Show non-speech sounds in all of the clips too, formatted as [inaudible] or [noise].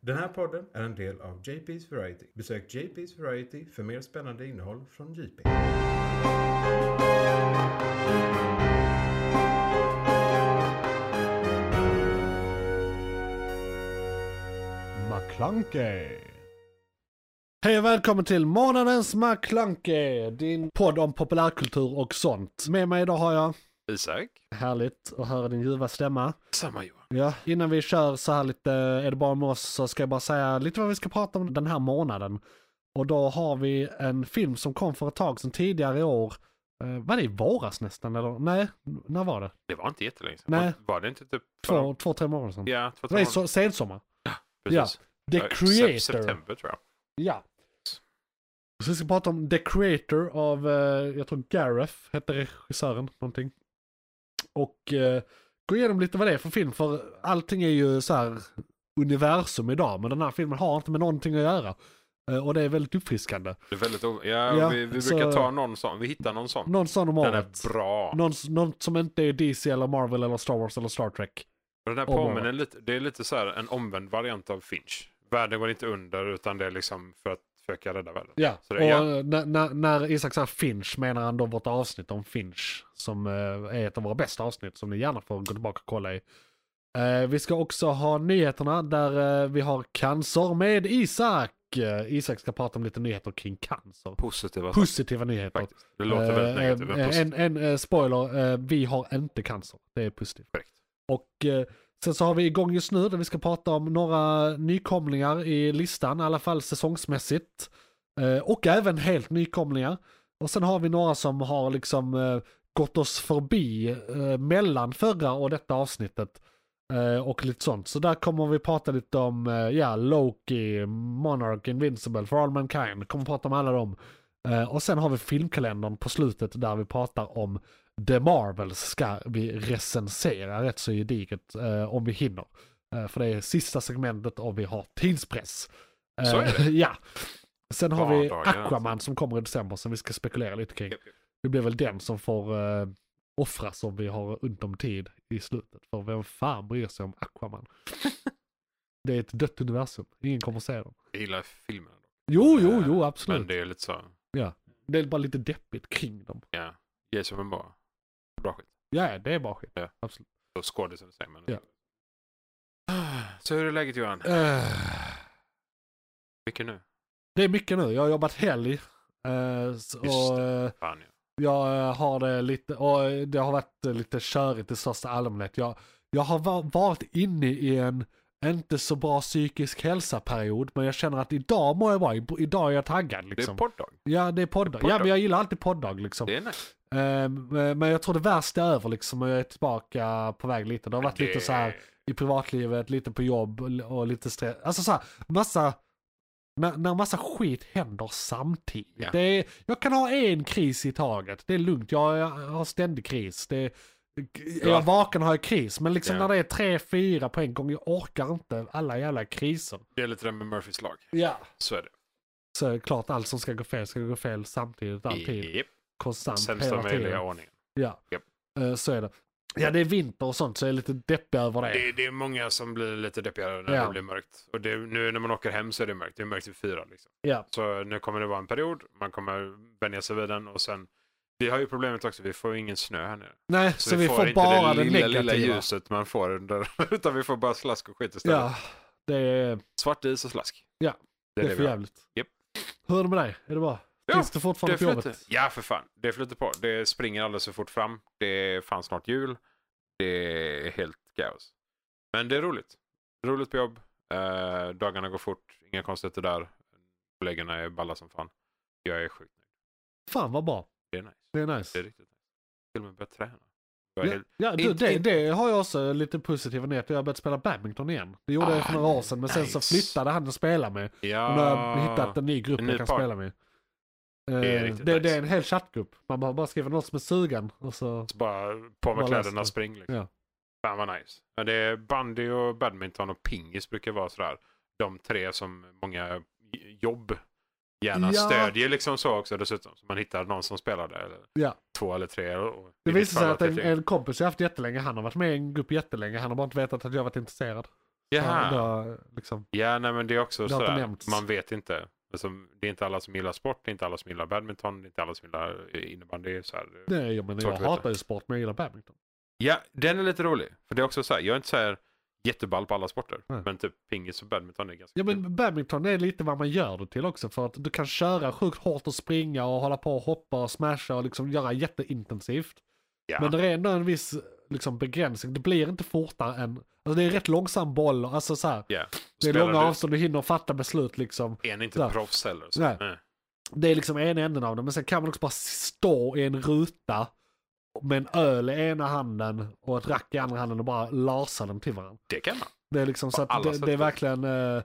Den här podden är en del av JP's Variety. Besök JP's Variety för mer spännande innehåll från JP. McClunkey. Hej och välkommen till månadens McClunkey, din podd om populärkultur och sånt. Med mig idag har jag, Isak? härligt att höra din ljuva stämma. Samma Johan. Ja, innan vi kör så här lite, är det bara med oss så ska jag bara säga lite vad vi ska prata om den här månaden. Och då har vi en film som kom för ett tag sedan tidigare i år. Eh, var det i våras nästan eller? Nej, när var det? Det var inte jättelänge sedan. Nej. Var det inte typ... Två, två tre månader sedan. Ja, två, Det var tre i so- sensommar. Precis. The Ja, Creator. sep- September tror jag. Ja. Så vi ska prata om The Creator av, eh, jag tror Gareth hette regissören, någonting. Och eh, gå igenom lite vad det är för film, för allting är ju så här universum idag, men den här filmen har inte med någonting att göra. Eh, och det är väldigt uppfriskande. Det är väldigt... o- Ja, Ja, vi, vi så- brukar ta någon sån. Vi hittar någon sån. Någon sån om Den året. är bra. Någon, någon som inte är DC eller Marvel eller Star Wars eller Star Trek. Och den här om påminner lite... Det är lite så här en omvänd variant av Finch. Världen går inte under utan det är liksom för att försöka rädda världen. Ja, Så det- och ja. eh, när, när, när Isak säger Finch menar han då vårt avsnitt om Finch. Som eh, är ett av våra bästa avsnitt som ni gärna får gå tillbaka och kolla i. Eh, vi ska också ha nyheterna där eh, vi har cancer med Isak. Eh, Isak ska prata om lite nyheter kring cancer. Positiva saker Positiva nyheter. faktiskt. Det låter Eh, väldigt negativt. men eh, positivt. en en eh, spoiler, eh, vi har inte cancer. Det är positivt. Korrekt. Och eh, sen så har vi igång just nu där vi ska prata om några nykomlingar i listan, i alla fall säsongsmässigt. Eh, och även helt nykomlingar. Och sen har vi några som har liksom eh, gått oss förbi eh, mellan förra och detta avsnittet. Eh, och lite sånt. Så där kommer vi prata lite om eh, ja, Loki, Monarch, Invincible, For All Mankind. Kommer prata om alla dem. Eh, och sen har vi filmkalendern på slutet där vi pratar om The Marvels ska vi recensera rätt så gediget eh, om vi hinner. Eh, för det är sista segmentet och vi har tidspress. Eh, [laughs] Så är det. ja. Sen har vi Vardagar, alltså. Aquaman som kommer i december som vi ska spekulera lite kring. Japp, japp. Det blir väl den som får eh, offras om vi har ont om tid i slutet. För vem fan bryr sig om Aquaman? [laughs] det är ett dött universum. Ingen kommer se den. Jag gillar filmen. ändå. Jo, jo, jo, Eh, Men absolut. det är lite så... Det är bara lite deppigt kring dem. Ja. Ge som en bra. Bra skit. Ja, det är bara skit. Och skådisen säger man. Ah, Ja. Så hur är läget Johan? Eh, Mycket nu? det är mycket nu. Jag har jobbat helg. eh, s- Just och eh, Fan ja. jag eh, har det lite, och eh, det har varit eh, lite körigt i största allmänhet. Jag, jag har va- varit inne i en inte så bra psykisk hälsa-period, men jag känner att idag mår jag bra. I- Idag är jag taggad Det är liksom. podd ja, det är poddag. Ja, poddag. men jag gillar alltid poddag liksom. Det är nice. Ehm, men jag tror det värsta är över liksom och jag är tillbaka på väg lite. Det har varit Det- lite så här i privatlivet, lite på jobb och lite stress. Alltså så här, massa, när, när massa skit händer samtidigt. Ja. Det är, jag kan ha en kris i taget, det är lugnt, jag, jag har ständig kris. Det, är är Ja. jag vaken har jag kris, men liksom Ja. när det är tre, fyra på en gång, jag orkar inte alla jävla kriser. Det är lite det med Murphys lag. Ja. Så är det. Så är det klart, allt som ska gå fel ska gå fel samtidigt, alltid, Japp. konstant, Sämsta hela tiden. möjliga ordningen. Ja, Japp. Eh, så är det. Ja, det är vinter och sånt så jag är lite deppig över det. Det, det är många som blir lite deppigare när Ja. det blir mörkt. Och det, nu när man åker hem så är det mörkt. Det är mörkt i fyra. Liksom. Ja. Så nu kommer det vara en period. Man kommer vänja sig vid den och sen. Vi har ju problemet också. Vi får ju ingen snö här nu. Nej, så, vi får, inte bara det det, lilla, negativa. lilla ljuset man får under. [laughs] Utan vi får bara slask och skit istället. Ja, det är, Svart is och slask. Ja, Det är det det, är för vi har. jävligt. Japp. Hur är det med dig? Är det bra? Ja, Finns det fortfarande Det på jobbet? flyter. Ja, för fan. Det flyter på. Det springer alldeles för fort fram. Det fanns snart jul. Det är helt kaos. Men det är roligt. Roligt på jobb. Eh, dagarna går fort. Inga konstigheter där. Kollegorna är balla som fan. Jag är sjukt nöjd. Fan vad bra. Det är nice. Det är Det är nice. riktigt nice. Till och med börjat träna. Jag är Ja, helt... ja du, Inte- det, inte- det har jag också lite positiva nyheter. Jag har börjat spela badminton igen. Det gjorde jag för Ah, några år sedan men sen så nice. flyttade han och spelade med. Ja. Och nu har jag hittat en ny grupp En ny jag kan part. spela med. Eh, är det, riktigt det, nice. är en hel chattgrupp. Man behöver bara skriva något som är sugen och så... Så Bara på med Bara kläderna läsa. spring. Liksom. Ja. Fan vad nice. Ja, det är bandy och badminton och pingis brukar vara sådär. De tre som många j- jobb gärna Ja. stödjer liksom så också dessutom. Så man hittar någon som spelar där. Eller Ja. Två eller tre. Och, och Det i visar mitt sig fall att en, det är tre. en kompis jag haft jättelänge, han har varit med i en grupp jättelänge, han har bara inte vetat att jag varit intresserad. Jaha. Då, liksom. Ja, nej men det är också Det har inte sådär. nämnts. Man vet inte. Alltså, det är inte alla som gillar sport, det är inte alla som gillar badminton, det är inte alla som gillar eh, innebandy. Det är Så här. Nej, men Svårt jag att veta. hatar ju sport, men jag gillar badminton. Ja, den är lite rolig. För det är också så här, jag är inte så här jätteball på alla sporter. Nej. Men typ pingis och badminton är ganska Ja, kul. men badminton är lite vad man gör det till också. För att du kan köra sjukt hårt och springa och hålla på och hoppa och smasha och liksom göra jätteintensivt. ja. Men det är ändå en viss liksom, begränsning. Det blir inte fortare än... Alltså det är rätt långsam boll. Alltså så här, ja. det är Spelar långa du- avstånd, du hinner fatta beslut liksom. En är inte där. proffs heller. Så. Nej. Nej. Det är liksom ena änden av det. Men sen kan man också bara stå i en ruta med en öl i ena handen och ett rack i andra handen och bara lasa dem till varandra. Det kan man Det är liksom så att alla det, sätt det är då. verkligen eh,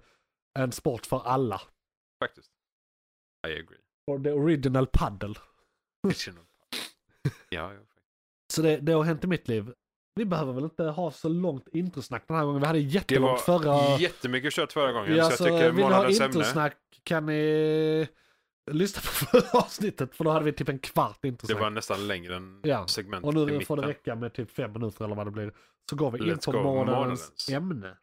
en sport för alla. faktiskt. I agree. Och the original paddle. Original. [laughs] ja, ja. Så det, det har hänt i mitt liv. Vi behöver väl inte ha så långt introsnack den här gången. Vi hade Det var jättelångt förra... jättemycket kött förra gången. Ja, så jag så eh, tycker vill ni ha månadens ämne. introsnack kan ni lyssna på [laughs] förra avsnittet. För då hade vi typ en kvart Det introsnack. var nästan längre än Ja, segmentet Och i nu mitten. får det räcka med typ fem minuter eller vad det blir. Så går vi in Let's på go, månadens månadens. ämne.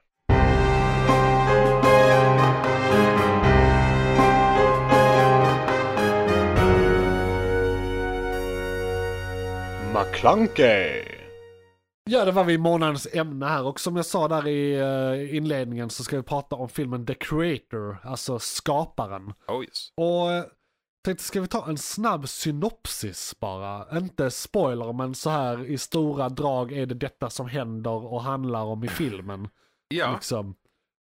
McClunkey. Ja, det var vi i månadens ämne här och som jag sa där i eh, inledningen så ska vi prata om filmen The Creator, alltså skaparen. Oh, yes. Och eh, tänkte, ska vi ta en snabb synopsis bara? Inte spoiler, men så här i stora drag är det detta som händer och handlar om i filmen. [laughs] Ja, Liksom.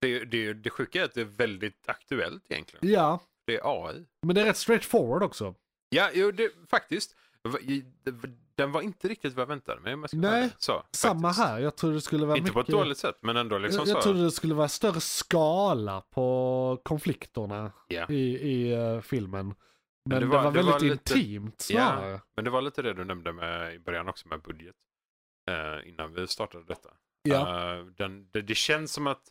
det, det, det sjuka är att det är väldigt aktuellt egentligen. ja, Det är AI. men det är rätt straightforward också. Ja, jo, det, faktiskt. Va- i- Den var inte riktigt vad jag väntade mig. om jag ska vara Nej, ärlig. så, Samma faktiskt. här, jag trodde det skulle vara Inte på ett mycket... dåligt sätt, men ändå liksom jag, jag så. trodde det skulle vara större skala på konflikterna Ja. i, i eh, filmen. Men, det det var, var- det väldigt var lite- intimt Ja. snarare. Men det var lite det du nämnde med, i början också med budget. Eh, innan vi startade detta. Eh, den, det, det känns som att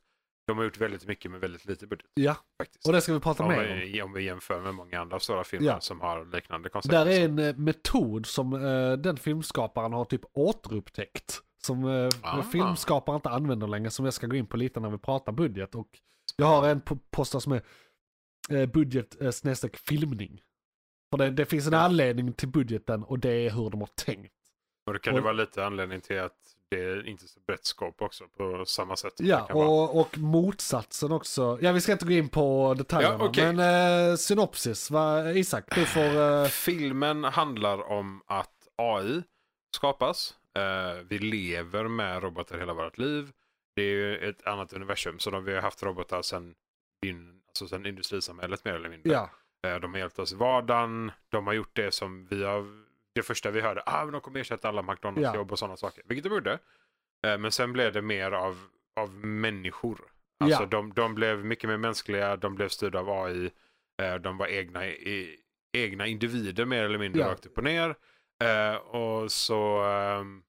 de har gjort väldigt mycket med väldigt lite budget. Ja. Faktiskt. Och det ska vi prata om, mer om. vi, om vi jämför med många andra stora filmer Ja. som har liknande koncept. Där är en eh, metod som eh, den filmskaparen har typ återupptäckt. Som eh, Ah. filmskaparen inte använder längre, som jag ska gå in på lite när vi pratar budget. Och jag har en po- post där som är eh, budget eh, snedstreck filmning. För det, det finns en anledning till budgeten och det är hur de har tänkt. Och då kan och- det vara lite anledning till att det är inte så brett skåp också på samma sätt. som Ja, det kan vara. och, och motsatsen också. Ja, vi ska inte gå in på detaljerna. Ja, okej. Men eh, synopsis, va, Isak, du får... Eh, Filmen handlar om att AI skapas. Eh, vi lever med robotar hela vårt liv. Det är ju ett annat universum. Så de, vi har haft robotar sedan in, alltså sen industrisamhället mer eller mindre. ja, Eh, de har hjälpt oss i vardagen. De har gjort det som vi har... Det första vi hörde, ah, men de kommer ersätta alla McDonalds-jobb och sådana saker. Vilket de gjorde. Eh, men sen blev det mer av, av människor. Alltså Ja. de, de blev mycket mer mänskliga, de blev styrda av AI. Eh, de var egna, i, egna individer mer eller mindre Ja. rakt upp och ner. Eh, och så ehm,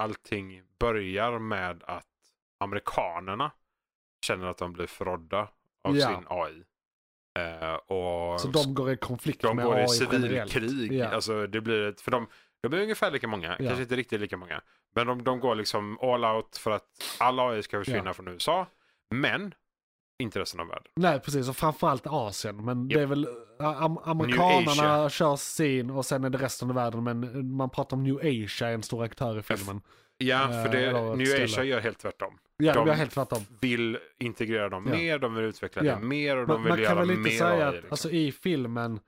allting börjar med att amerikanerna känner att de blir förrådda av Ja. sin AI. Eh, och så de går i konflikt de med går AI i generellt. civilkrig. Ja. Alltså, det blir ett, för de, de är ungefär lika många, kanske inte riktigt lika många. Men de, de går liksom all out för att alla AI ska försvinna från USA. Men inte resten av världen. Nej, precis. Och framförallt Asien. Men det är väl eh, am amerikanerna Asia. kör sin och sen är det resten av världen. Men eh, man pratar om New Asia, en stor aktör i filmen. Ja, Eh, för det, eller ett New ställe. Asia gör helt tvärtom. Ja, de de- gör helt tvärtom. Vill integrera dem Ja. mer, de vill utveckla Ja. det mer och de Man, vill man kan göra väl mer inte säga AI, att liksom. alltså, i filmen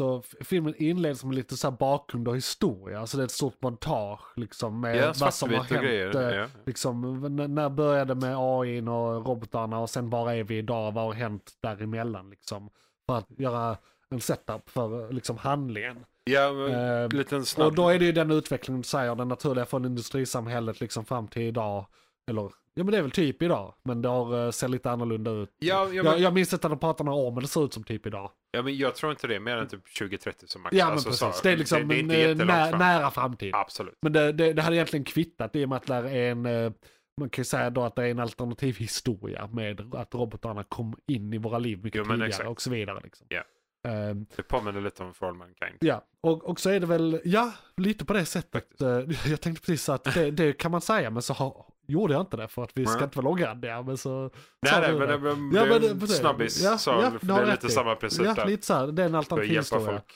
så f- filmen inleds med lite så här bakgrund och historia. Alltså det är ett stort montage liksom med ja, vad som har svartvitt och hänt. grejer. eh, ja. Liksom, n- när började med AI och robotarna och sen var är vi idag? Vad har hänt däremellan liksom? För att göra en setup för eh, liksom handlingen. ja, men, Eh, liten och snabb. då är det ju den utvecklingen du säger, den naturliga från industrisamhället liksom fram till idag. Eller, ja men det är väl typ idag, men det har, eh, ser lite annorlunda ut. ja, ja, men, Jag, jag minns inte när de pratade några år, men det ser ut som typ idag. ja, men jag tror inte det är mer än typ 20-30 som max. Ja men Alltså, så- precis, det är liksom det är en, inte eh, jättelångt nä, fram. nära framtid. Absolut. Men det, det, det hade egentligen kvittat i och med att det är en, eh, man kan ju säga då att det är en alternativ historia med att robotarna kom in i våra liv mycket Jo, men tidigare exakt. och så vidare. Liksom. Ja. Eh, Det påminner lite om For All Mankind. ja, och, och så är det väl, ja, lite på det sättet. Faktiskt. [laughs] Eh, jag tänkte precis att det, det kan man säga, men så har, gjorde jag inte det för att vi ska Nej. inte vara långrandiga. Men så sa Nej, nej, du men det. det, men Ja, det men är det- en precis. snabbis. Ja, så ja, för du det har är rätt lite i. samma princip Ja, där. lite så här, det är en för att alternativ hjälpa historia. folk.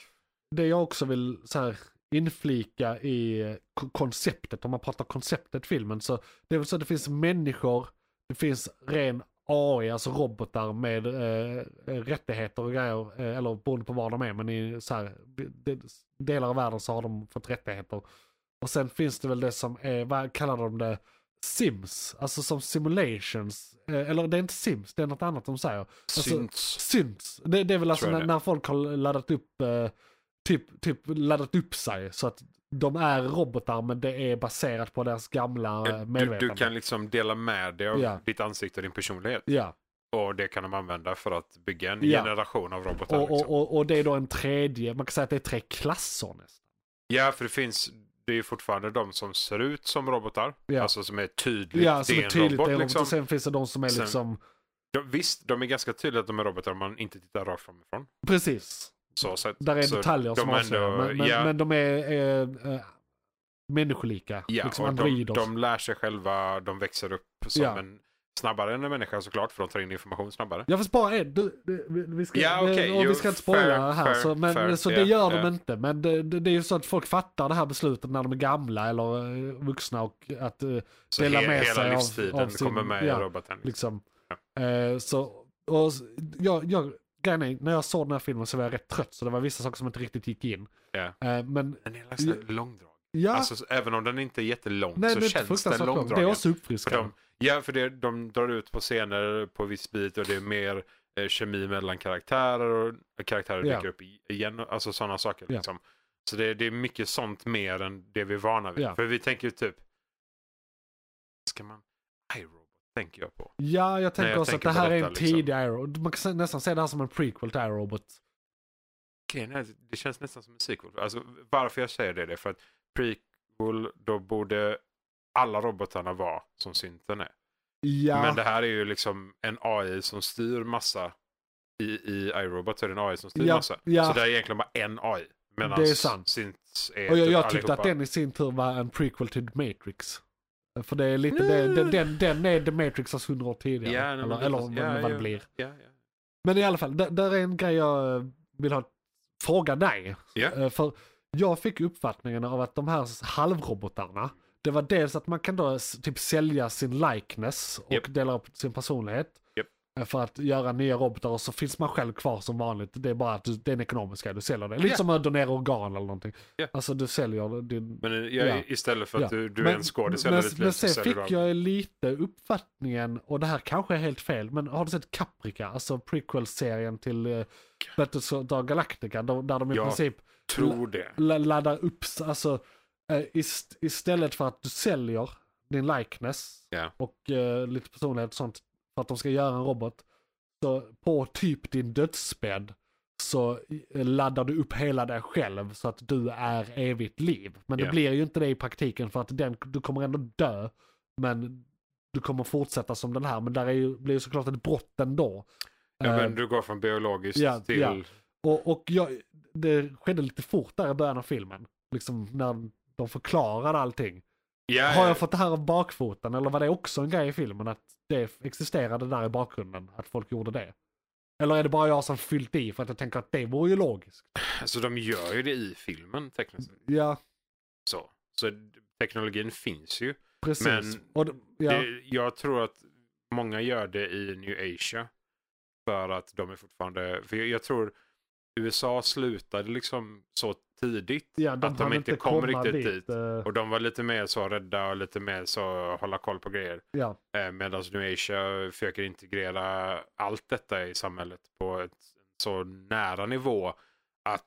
Det jag också vill så här, inflika i k- konceptet, om man pratar konceptet filmen, så det är väl så att det finns människor, det finns ren AI, alltså robotar med eh, rättigheter och grejer, eh, eller beroende på var de är, men i så här, de, delar av världen så har de fått rättigheter. Och sen finns det väl det som är, vad kallar de det, Sims, alltså som simulations, eh, eller det är inte Sims, det är något annat de säger. Syns. Syns. Det, det är väl alltså Tror jag när, det. när folk har laddat upp, eh, typ, typ laddat upp sig så att de är robotar men det är baserat på deras gamla eh, Du, medvetande. du kan liksom dela med dig av Ja. ditt ansikte och din personlighet. Ja, Och det kan de använda för att bygga en Ja. generation av robotar. och, liksom. och, och, och det är då en tredje, man kan säga att det är tre klasser nästan. Ja, för det finns, det är ju fortfarande de som ser ut som robotar. Ja. Alltså som är tydligt, Ja, som det är tydligt, det är en robot. liksom. Och sen finns det de som är Sen- liksom, de, visst, de är ganska tydliga att de är robotar om man inte tittar rakt framifrån. precis, Så sätt. där är så detaljer som ändå- avslöjar. Men, men, ja, men de är eh, eh, människolika, ja, liksom och de, androider. de lär sig själva, de växer upp som Ja. en, snabbare än en människa såklart, för de tar in information snabbare. Jag får spara en. Du, du, vi- vi ska, Ja, vi- okej, och jo, vi ska inte spoila fair, här. fair, så men, fair, så det ja, gör de ja. inte. Men det, det, det är ju så att folk fattar det här beslutet när de är gamla eller eh, vuxna och att eh, Så delar med hela sig av- livstiden av sin- kommer med ja, i roboten. liksom. Eh, så, och s- jag, jag, grejen är, när jag såg den här filmen så var jag rätt trött så det var vissa saker som inte riktigt gick in. Ja. Eh, men Den är nästan långdrag. ja, Alltså, så- även om den inte är jättelång nej, så det är inte känns den fruktansvärt långt. Det långdragen. är också För uppfriskande. de, ja, för det, de drar ut på scener på viss bit och det är mer eh, kemi mellan karaktärer och eh, karaktärer Ja. dyker upp i- igen. Alltså sådana saker. Ja. Liksom. Så det, det är mycket sånt mer än det vi är vana vid. Ja. För vi tänker ju typ, ska man, iRobot tänker jag på. Ja, jag tänker jag också tänker att på det här är detta, en liksom. tidig Iron Man kan nästan se det här som en prequel till iRobot. Okej, nej, det känns nästan som en sequel. Alltså, varför jag säger det är det för att prequel, då borde alla robotarna vara som synten är. Ja, Men det här är ju liksom en AI som styr massa. I, i iRobot så är det en AI som styr Ja, massa. ja. Så det är egentligen bara en AI. Medan Det är sant. Synths är Och jag, typ jag tyckte allihopa. att den i sin tur var en prequel till The Matrix. För det är lite, det, det, den, den är The Matrix alltså 100 år tidigare. Ja, nej, men eller det- eller vad- ja, vad det ja. blir. Ja, ja. Men i alla fall, där, där är en grej jag eh, vill ha fråga dig. Ja. Eh, För jag fick uppfattningen av att de här halvrobotarna, det var dels att man kan då s- typ sälja sin likeness och Japp. dela upp sin personlighet. Japp. eh, För att göra nya robotar och så finns man själv kvar som vanligt. Det är bara att du, det är en ekonomisk grej, du säljer det. Lite Ja. som att donera organ eller någonting. Ja. Alltså du säljer din... Men ja, Ja. istället för att Ja. du, du är Men- en skådis hela men, ditt liv men så sen säljer fick du av- jag lite uppfattningen, och det här kanske är helt fel, men har du sett Caprica? Alltså prequel-serien till eh, Battlestar Galactica, då, där de i Ja. princip Tror det. la- laddar upp, s- alltså eh, ist- istället för att du säljer din likeness Ja. och eh, lite personlighet och sånt för att de ska göra en robot. Så på typ din dödsbädd så eh, laddar du upp hela dig själv så att du är evigt liv. Men det Ja. blir ju inte det i praktiken för att den, du kommer ändå dö. Men du kommer fortsätta som den här. Men där är ju, blir ju såklart ett brott ändå. Ja, Eh, men du går från biologiskt ja, till... ja. och och jag, det skedde lite fort där i början av filmen. Liksom när de förklarar allting. Ja, Har ja. jag fått det här av bakfoten eller var det också en grej i filmen att det existerade där i bakgrunden? Att folk gjorde det? Eller är det bara jag som fyllt i för att jag tänker att det vore ju logiskt? Alltså de gör ju det i filmen tekniskt sett. Ja, så. Så teknologin finns ju. precis. Men och det, ja, Det, jag tror att många gör det i New Asia. För att de är fortfarande, för jag, jag tror USA slutade liksom så tidigt ja, de att de hann inte kom komma riktigt dit. eh, Och de var lite mer så rädda och lite mer så hålla koll på grejer. ja, Eh, Medan New Asia försöker integrera allt detta i samhället på ett så nära nivå att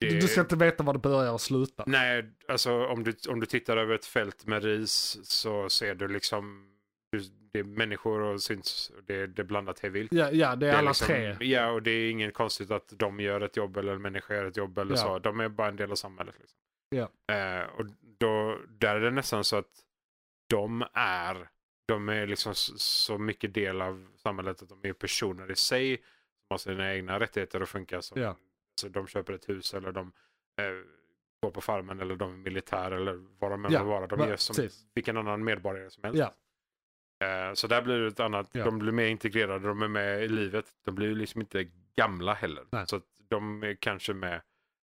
det- Du ska inte veta var det börjar och slutar. Nej, alltså om du, om du tittar över ett fält med ris så ser du liksom du, det är människor och syns och det, det är blandat hej vilt. Ja, ja det är, Det är alla liksom- tre. Ja, och det är inget konstigt att de gör ett jobb eller en människa gör ett jobb eller Ja. så. De är bara en del av samhället. Liksom. Ja. Eh, och då, där är det nästan så att de är, de är liksom så, så mycket del av samhället att de är personer i sig som Alltså, har sina egna rättigheter att funka som. Ja. Så de köper ett hus eller de eh, var på farmen eller de är militär eller vad de än Ja, må vara. De va- är som precis. vilken annan medborgare som helst. Ja. Eh, Så där blir det ett annat, Ja. de blir mer integrerade, de är med i livet. De blir ju liksom inte gamla heller. Nej. Så att de är kanske med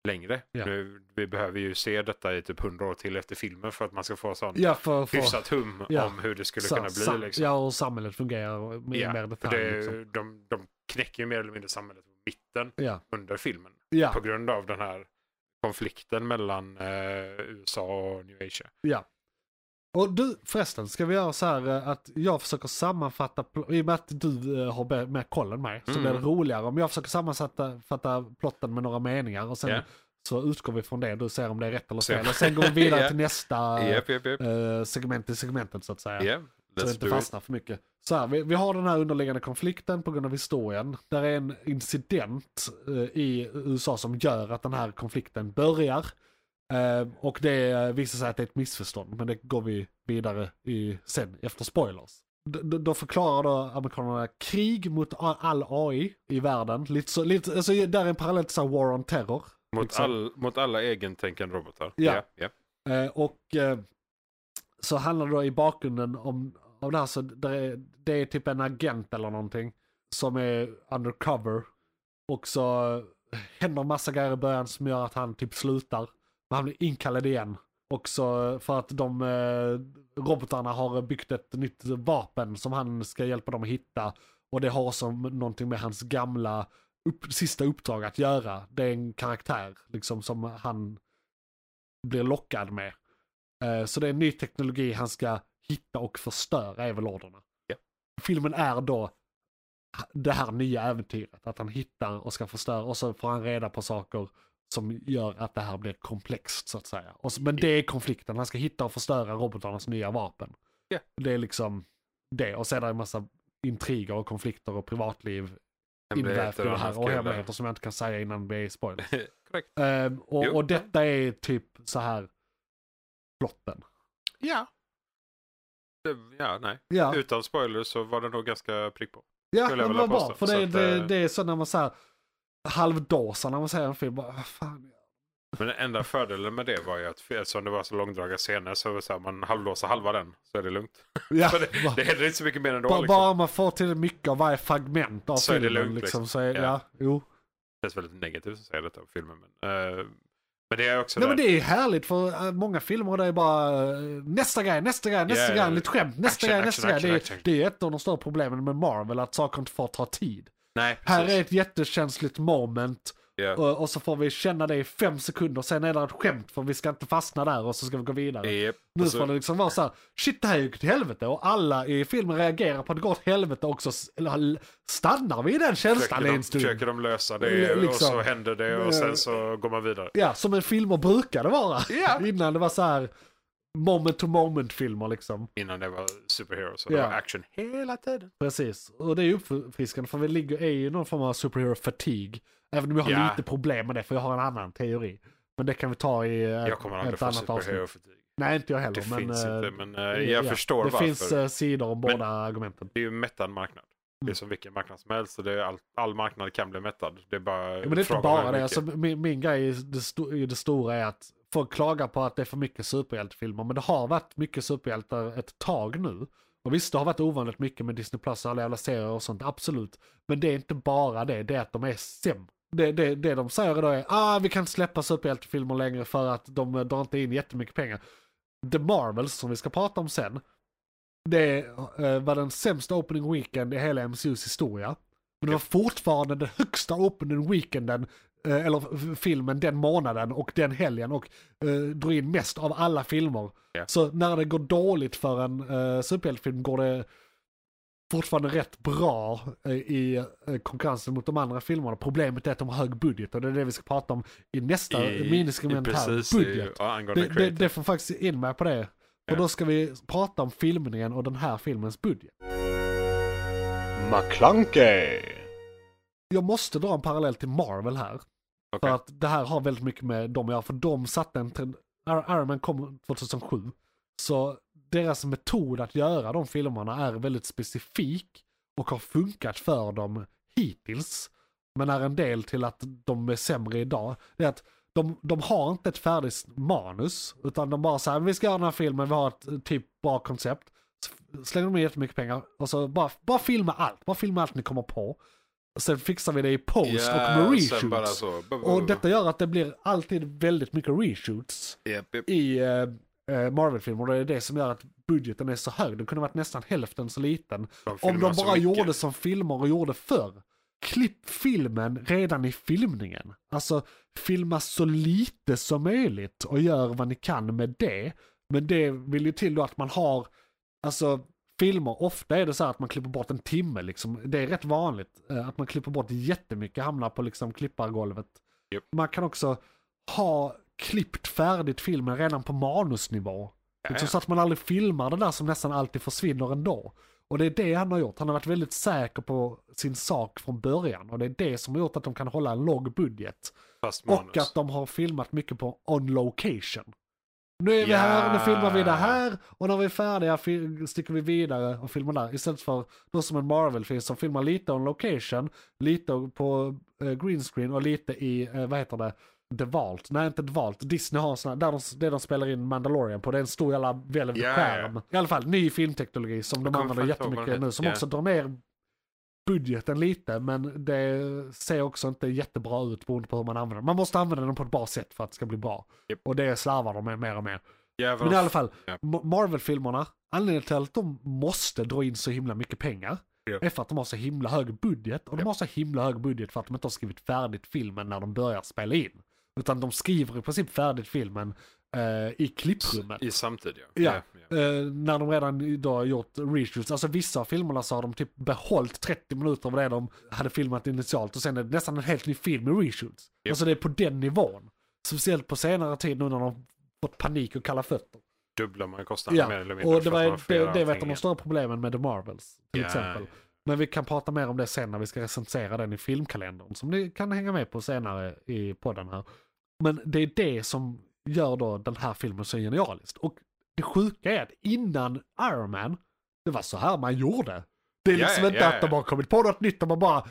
längre. Ja. Nu, vi behöver ju se detta i typ hundra år till efter filmen för att man ska få sån Ja, för, för hyfsat hum Ja. om hur det skulle sa- kunna bli. sam- liksom. Ja, och samhället fungerar och mer, Ja, mer För detalj. det, liksom. de, de knäcker ju mer eller mindre samhället på mitten Ja, under filmen. På ja, grund av den här konflikten mellan eh, USA och New Asia. ja. Och du, förresten, ska vi göra så här eh, att jag försöker sammanfatta, pl- i och med att du eh, har be- mer koll än mig, så Mm. blir det roligare om jag försöker sammanfatta fatta plotten med några meningar och sen Ja. så utgår vi från det, du ser om det är rätt eller Ser- fel och sen går vi [laughs] vidare Ja. till nästa Japp, japp, japp. eh, segment i segmentet så att säga. Yeah, Så det let's inte do it. fastnar för mycket. Så här, vi, vi har den här underliggande konflikten på grund av historien. Där är en incident eh, i USA som gör att den här konflikten börjar. Eh, och det eh, visar sig att det är ett missförstånd, men det går vi vidare i sen efter spoilers. D- d- då förklarar då amerikanerna krig mot a- all AI i världen. Lite så, lite, alltså, där är en parallell till så här War on Terror. Mot, liksom. all, mot alla egentänkande robotar. Ja. Ja, ja. Eh, och eh, så handlar det då i bakgrunden om, om det här, så det är, det är typ en agent eller någonting som är undercover. Och så eh, händer massa grejer i början som gör att han typ slutar. Men han blir inkallad igen. Och så för att de eh, robotarna har byggt ett nytt vapen som han ska hjälpa dem att hitta. Och det har som någonting med hans gamla upp, sista uppdrag att göra. Det är en karaktär liksom som han blir lockad med. Eh, Så det är en ny teknologi han ska hitta och förstöra är väl orderna. Ja. Filmen är då det här nya äventyret. Att han hittar och ska förstöra och så får han reda på saker som gör att det här blir komplext så att säga. Och så, men det är konflikten, han ska hitta och förstöra robotarnas nya vapen. Ja. Det är liksom det. Och sen är det en massa intriger och konflikter och privatliv invävt i Hemligheter det och här. Och annat kul där. hemligheter som jag inte kan säga innan vi är i spoiler. [laughs] Korrekt. Ehm, och, Jo. och detta är typ så här plotten. Ja. Det- Ja, nej. Ja, Utan spoilers så var det nog ganska prick på. ja skulle jag men vilja vad bra. påstå. För Så det, att, det, eh, det är så när man säger halvdåsar när man säger en film. Bara, "Vad fan, Men den enda fördelen med det var ju att eftersom det var så långdragna scener så var det så här, man halvlåser halva den så är det lugnt. [laughs] ja, Så det, bara- det händer inte så mycket mer ändå. bara, liksom. bara man får till mycket av varje fragment av Så är det filmen. lugnt, liksom, liksom. så är, ja. Ja. jo. Det känns väldigt negativt att säga detta om filmen. Men, eh, men det är också Nej där. men det är härligt för eh, många filmer där är bara eh, nästa grej, nästa grej, nästa Ja, ja, grej, ja. lite skämt, nästa Action, grej, action, nästa grej. action, Det är, action. det är ett av de större problemen med Marvel, att saker inte får ta tid. Nej, Här precis. är ett jättekänsligt moment Ja. Och, och så får vi känna det i fem sekunder, sen är det ett skämt för vi ska inte fastna där och så ska vi gå vidare. Japp. nu Och så- får det liksom vara så här, shit det här gick till helvete och alla i filmen reagerar på att det går åt helvete och så s- eller, stannar vi i den känslan i försöker, de, en stund. försöker de lösa L- det och liksom. så händer det Eh. och sen så går man vidare. Ja, som en filmer brukade vara. Ja. [laughs] Innan det var så här moment to moment filmer liksom. Innan det var superheroes så Ja. det var action hela tiden. Precis, och det är ju uppfriskande för vi ligger är ju någon form av superhero fatigue. Även om jag har Ja. lite problem med det för jag har en annan teori. Men det kan vi ta i eh, Jag kommer aldrig ett få annat avsnitt. superhero fatigue. Nej, inte jag heller. Det men, finns eh, inte, men eh, jag ja, förstår det varför. finns eh, sidor om Men- båda argumenten. Det är ju en mättad marknad. Det Mm. är som vilken marknad som helst. Och det är all, all marknad kan bli mättad. Det är bara Men det är inte frågan bara hur det. mycket. Alltså, min, min grej i det, sto- i det stora är att folk klagar på att det är för mycket superhjältefilmer. Men det har varit mycket superhjältar ett tag nu. Och visst, det har varit ovanligt mycket med Disney Plus och alla jävla serier och sånt, absolut. Men det är inte bara det, det är att de är sämre. Det, det, det de säger då är ah, vi kan inte släppa superhjältefilmer längre för att de eh, drar inte in jättemycket pengar. The Marvels, som vi ska prata om sen, det eh, var den sämsta opening weekend i hela MCUs historia. Men det var fortfarande den högsta opening weekenden, eh, eller f- filmen den månaden och den helgen och eh, drog in mest av alla filmer. Ja. Så när det går dåligt för en eh, superhjältefilm går det fortfarande rätt bra eh, i eh, konkurrensen mot de andra filmerna. Problemet är att de har hög budget och det är det vi ska prata om i nästa minisegment precis, här. i- Budget. ja, angående Det, det, creative. det får faktiskt in mig på det. Ja. Och då ska vi prata om filmningen och den här filmens budget. McClunkey. Jag måste dra en parallell till Marvel här. Okej. För att det här har väldigt mycket med dem att göra. För de satte en trend. Iron Iron Man kom 2007. Så deras metod att göra de filmerna är väldigt specifik. Och har funkat för dem hittills. Men är en del till att de är sämre idag. Det är att de, de har inte ett färdigt manus. Utan de bara säger vi ska göra den här filmen, vi har ett eh, typ bra koncept. Så f- slänger de in jättemycket pengar och så bara, bara filma allt, bara filma allt ni kommer på. Sen fixar vi det i post och med sen bara reshoots. så. Och detta gör att det blir alltid väldigt mycket reshoots Japp, japp. i eh, eh, Marvel-filmer. Och det är det som gör att budgeten är så hög. Den kunde varit nästan hälften så liten. Om filmar de så bara mycket. gjorde som filmer och gjorde förr. Klipp filmen redan i filmningen. Alltså filma så lite som möjligt och gör vad ni kan med det. Men det vill ju till då att man har, alltså filmer, ofta är det så här att man klipper bort en timme liksom. Det är rätt vanligt eh, att man klipper bort jättemycket, hamnar på liksom klippargolvet. Japp. Man kan också ha klippt färdigt filmen redan på manusnivå. Liksom, så att man aldrig filmar det där som nästan alltid försvinner ändå. Och det är det han har gjort. Han har varit väldigt säker på sin sak från början. Och det är det som har gjort att de kan hålla en låg budget. Fast Och att de har filmat mycket på on location. Nu är vi här, nu Ja. filmar vi det här och när vi är färdiga fi- sticker vi vidare och filmar där. Istället för då som en Marvel-film som filmar lite on location, lite på eh, green screen och lite i, eh, vad heter det, The Vault. Nej, inte The Vault. Disney har en sån här, där de, det de spelar in Mandalorian på, det är en stor jävla välvd Ja, ja, ja. skärm. I alla fall ny filmteknologi som de kommer använder fan inte ihåg vad jättemycket den nu, som heter. också drar ner budgeten lite, men det ser också inte jättebra ut beroende på hur man använder den. Man måste använda den på ett bra sätt för att det ska bli bra. Japp. Och det slarvar de med mer och mer. Jävlar, Men i alla fall, Ja. Ma- Marvel-filmerna, anledningen till att de måste dra in så himla mycket pengar Ja. är för att de har så himla hög budget. Och de Ja. har så himla hög budget för att de inte har skrivit färdigt filmen när de börjar spela in. Utan de skriver i princip färdigt filmen eh, i klipprummet. I samtid ja. Ja. Ja, ja. Eh, när de redan idag har gjort reshoots. Alltså vissa av filmerna så har de typ behållit 30 minuter av det de hade filmat initialt och sen är det nästan en helt ny film med reshoots. Japp. Alltså det är på den nivån. Speciellt på senare tid nu när de fått panik och kalla fötter. Dubblar man kostnaden Ja, mer eller mindre. och för det att var man får det, göra det var ett av allting de igen. större problemen med The Marvels. Till Ja, exempel. ja. Men vi kan prata mer om det sen när vi ska recensera den i filmkalendern. Som ni kan hänga med på senare i podden här. Men det är det som gör då den här filmen så genialiskt. Och det sjuka är att innan Iron Man, det var så här man gjorde. Det är Ja, liksom ja, inte ja, att de ja. har kommit på något nytt, de har bara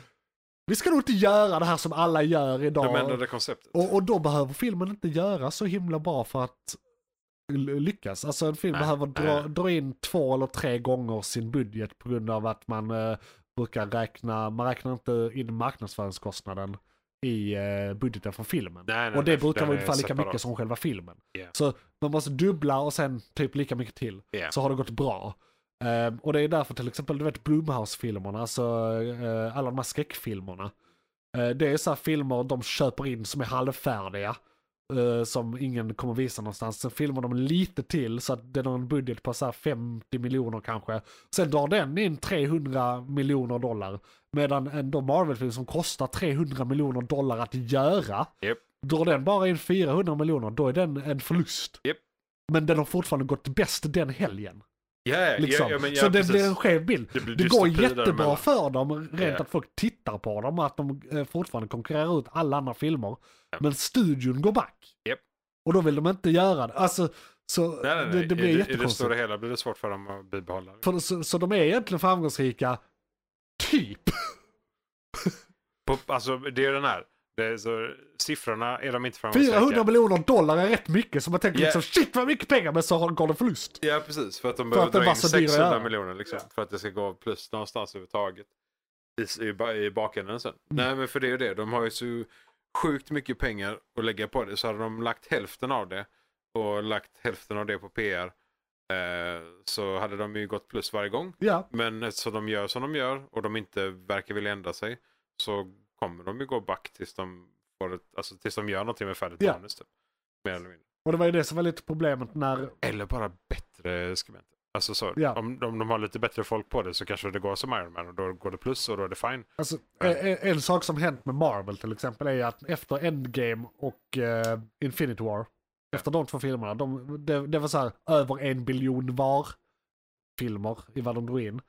vi ska nog inte göra det här som alla gör idag. De ändrade konceptet. Och, och då behöver filmen inte göra så himla bra för att l- lyckas. Alltså en film Nej, behöver dra, nej. dra in två eller tre gånger sin budget på grund av att man eh, brukar räkna, man räknar inte in marknadsföringskostnaden i eh, budgeten för filmen. Nej, nej, och det nej, för brukar den vara är ungefär lika separat. mycket som själva filmen. Ja. Så man måste dubbla och sen typ lika mycket till. Ja. Så har det gått bra. Ehm, och det är därför till exempel, du vet Blumhouse-filmerna, alltså eh, alla de här skräckfilmerna. Eh, det är så här filmer de köper in som är halvfärdiga. eh, som ingen kommer visa någonstans. Sen filmar de lite till så att det är en budget på så här 50 miljoner kanske. Sen drar den in 300 miljoner dollar. Medan en då Marvel-film som kostar 300 miljoner dollar att göra. Japp. Drar den bara in 400 miljoner, då är den en förlust. Japp. Men den har fortfarande gått bäst den helgen. Ja, ja, Liksom. ja, ja, men, ja, så det precis. blir en skev bild. Det blir Det går dystopi jättebra däremellan. för dem, rent Ja. att folk tittar på dem, att de eh, fortfarande konkurrerar ut alla andra filmer. Ja. Men studion går back. Japp. Och då vill de inte göra det. Alltså, så Nej, nej, nej. Det, det I, blir I det jättekonstigt. stora hela blir det svårt för dem att bibehålla. det. För, så, så de är egentligen framgångsrika, typ. På, alltså, det är den här. Det är så, siffrorna är de inte framgångsrika. 400 miljoner dollar är rätt mycket, så man tänker Ja. liksom shit vad mycket pengar, men så har- går det förlust. Ja, precis. För att de att behöver det dra var in så dyra att 600 göra. miljoner liksom, för att det ska gå plus någonstans överhuvudtaget. I, i, ba- i bakänden sen. Mm. Nej, men för det är ju det. De har ju så sjukt mycket pengar att lägga på det. Så hade de lagt hälften av det och lagt hälften av det på PR eh, så hade de ju gått plus varje gång. Ja, Men eftersom de gör som de gör och de inte verkar vilja ändra sig så kommer de ju gå back tills de, får ett, alltså, tills de gör någonting med färdigt Ja. manus. Typ. Mer eller mindre. och det var ju det som var lite problemet när Eller bara bättre skribenter. Alltså så, Ja. om, om de har lite bättre folk på det så kanske det går som Iron Man och då går det plus och då är det fine. Alltså, Ja. e- e- En sak som hänt med Marvel till exempel är att efter Endgame och eh, Infinity War, efter de två filmerna, de, det, det var så här över en biljon var filmer i vad de drog in.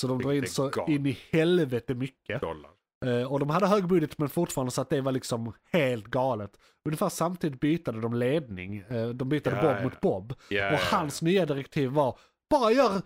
Så de drog in Vilket så gal. in i helvete mycket. Dollar. Eh, Och de hade hög budget men fortfarande så att det var liksom helt galet. Ungefär samtidigt bytade de ledning. Eh, De bytade Ja, Bob ja. mot Bob. Ja, och ja, ja. hans nya direktiv var, bara gör,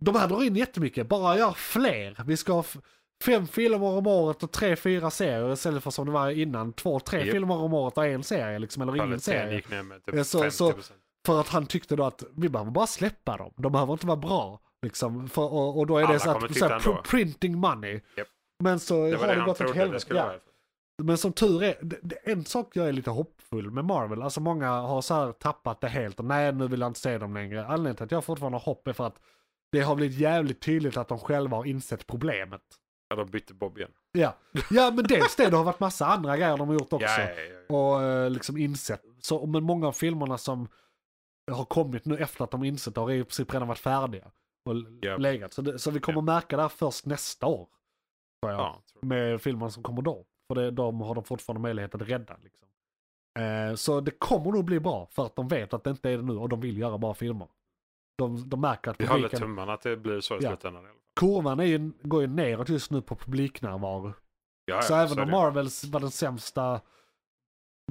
de här drar in jättemycket, bara gör fler. Vi ska ha f- fem filmer om året och tre, fyra serier istället för som det var innan. Två, tre Japp. filmer om året och en serie liksom, eller ingen Kvaliteten serie. gick ner med Ja, typ så- så- 50%. För att han tyckte då att vi behöver bara släppa dem. De behöver inte vara bra. Liksom. För, och, och då är Alla det så kommer att, så titta här, ändå. pr- printing money. Japp. Men så Det var har det det, han gått åt trodde det helvete. skulle Ja. vara. Men som tur är, det, det, en sak jag är lite hoppfull med Marvel. Alltså många har så här tappat det helt och nej nu vill jag inte se dem längre. Anledningen till att jag fortfarande har hopp är för att det har blivit jävligt tydligt att de själva har insett problemet. Ja, de bytte Bob igen. Ja, ja men dels det, det har varit massa andra grejer de har gjort också Ja, ja, ja, ja. och eh, liksom insett. Så, men många av filmerna som har kommit nu efter att de insett det har i princip redan varit färdiga. Och l- Japp. legat. Så, det, så vi kommer märka det här först nästa år. Tror jag, Ja, tror jag. Med filmerna som kommer då. För det, de har de fortfarande möjlighet att rädda. Liksom. Eh, så det kommer nog bli bra för att de vet att det inte är det nu och de vill göra bra filmer. De, de märker att Vi håller publiken, tummarna att det blir så i Ja. slutändan. i alla fall. kurvan är ju, går ju neråt just nu på publiknärvaro. Ja, ja, Så även är om det ju. Marvels var den sämsta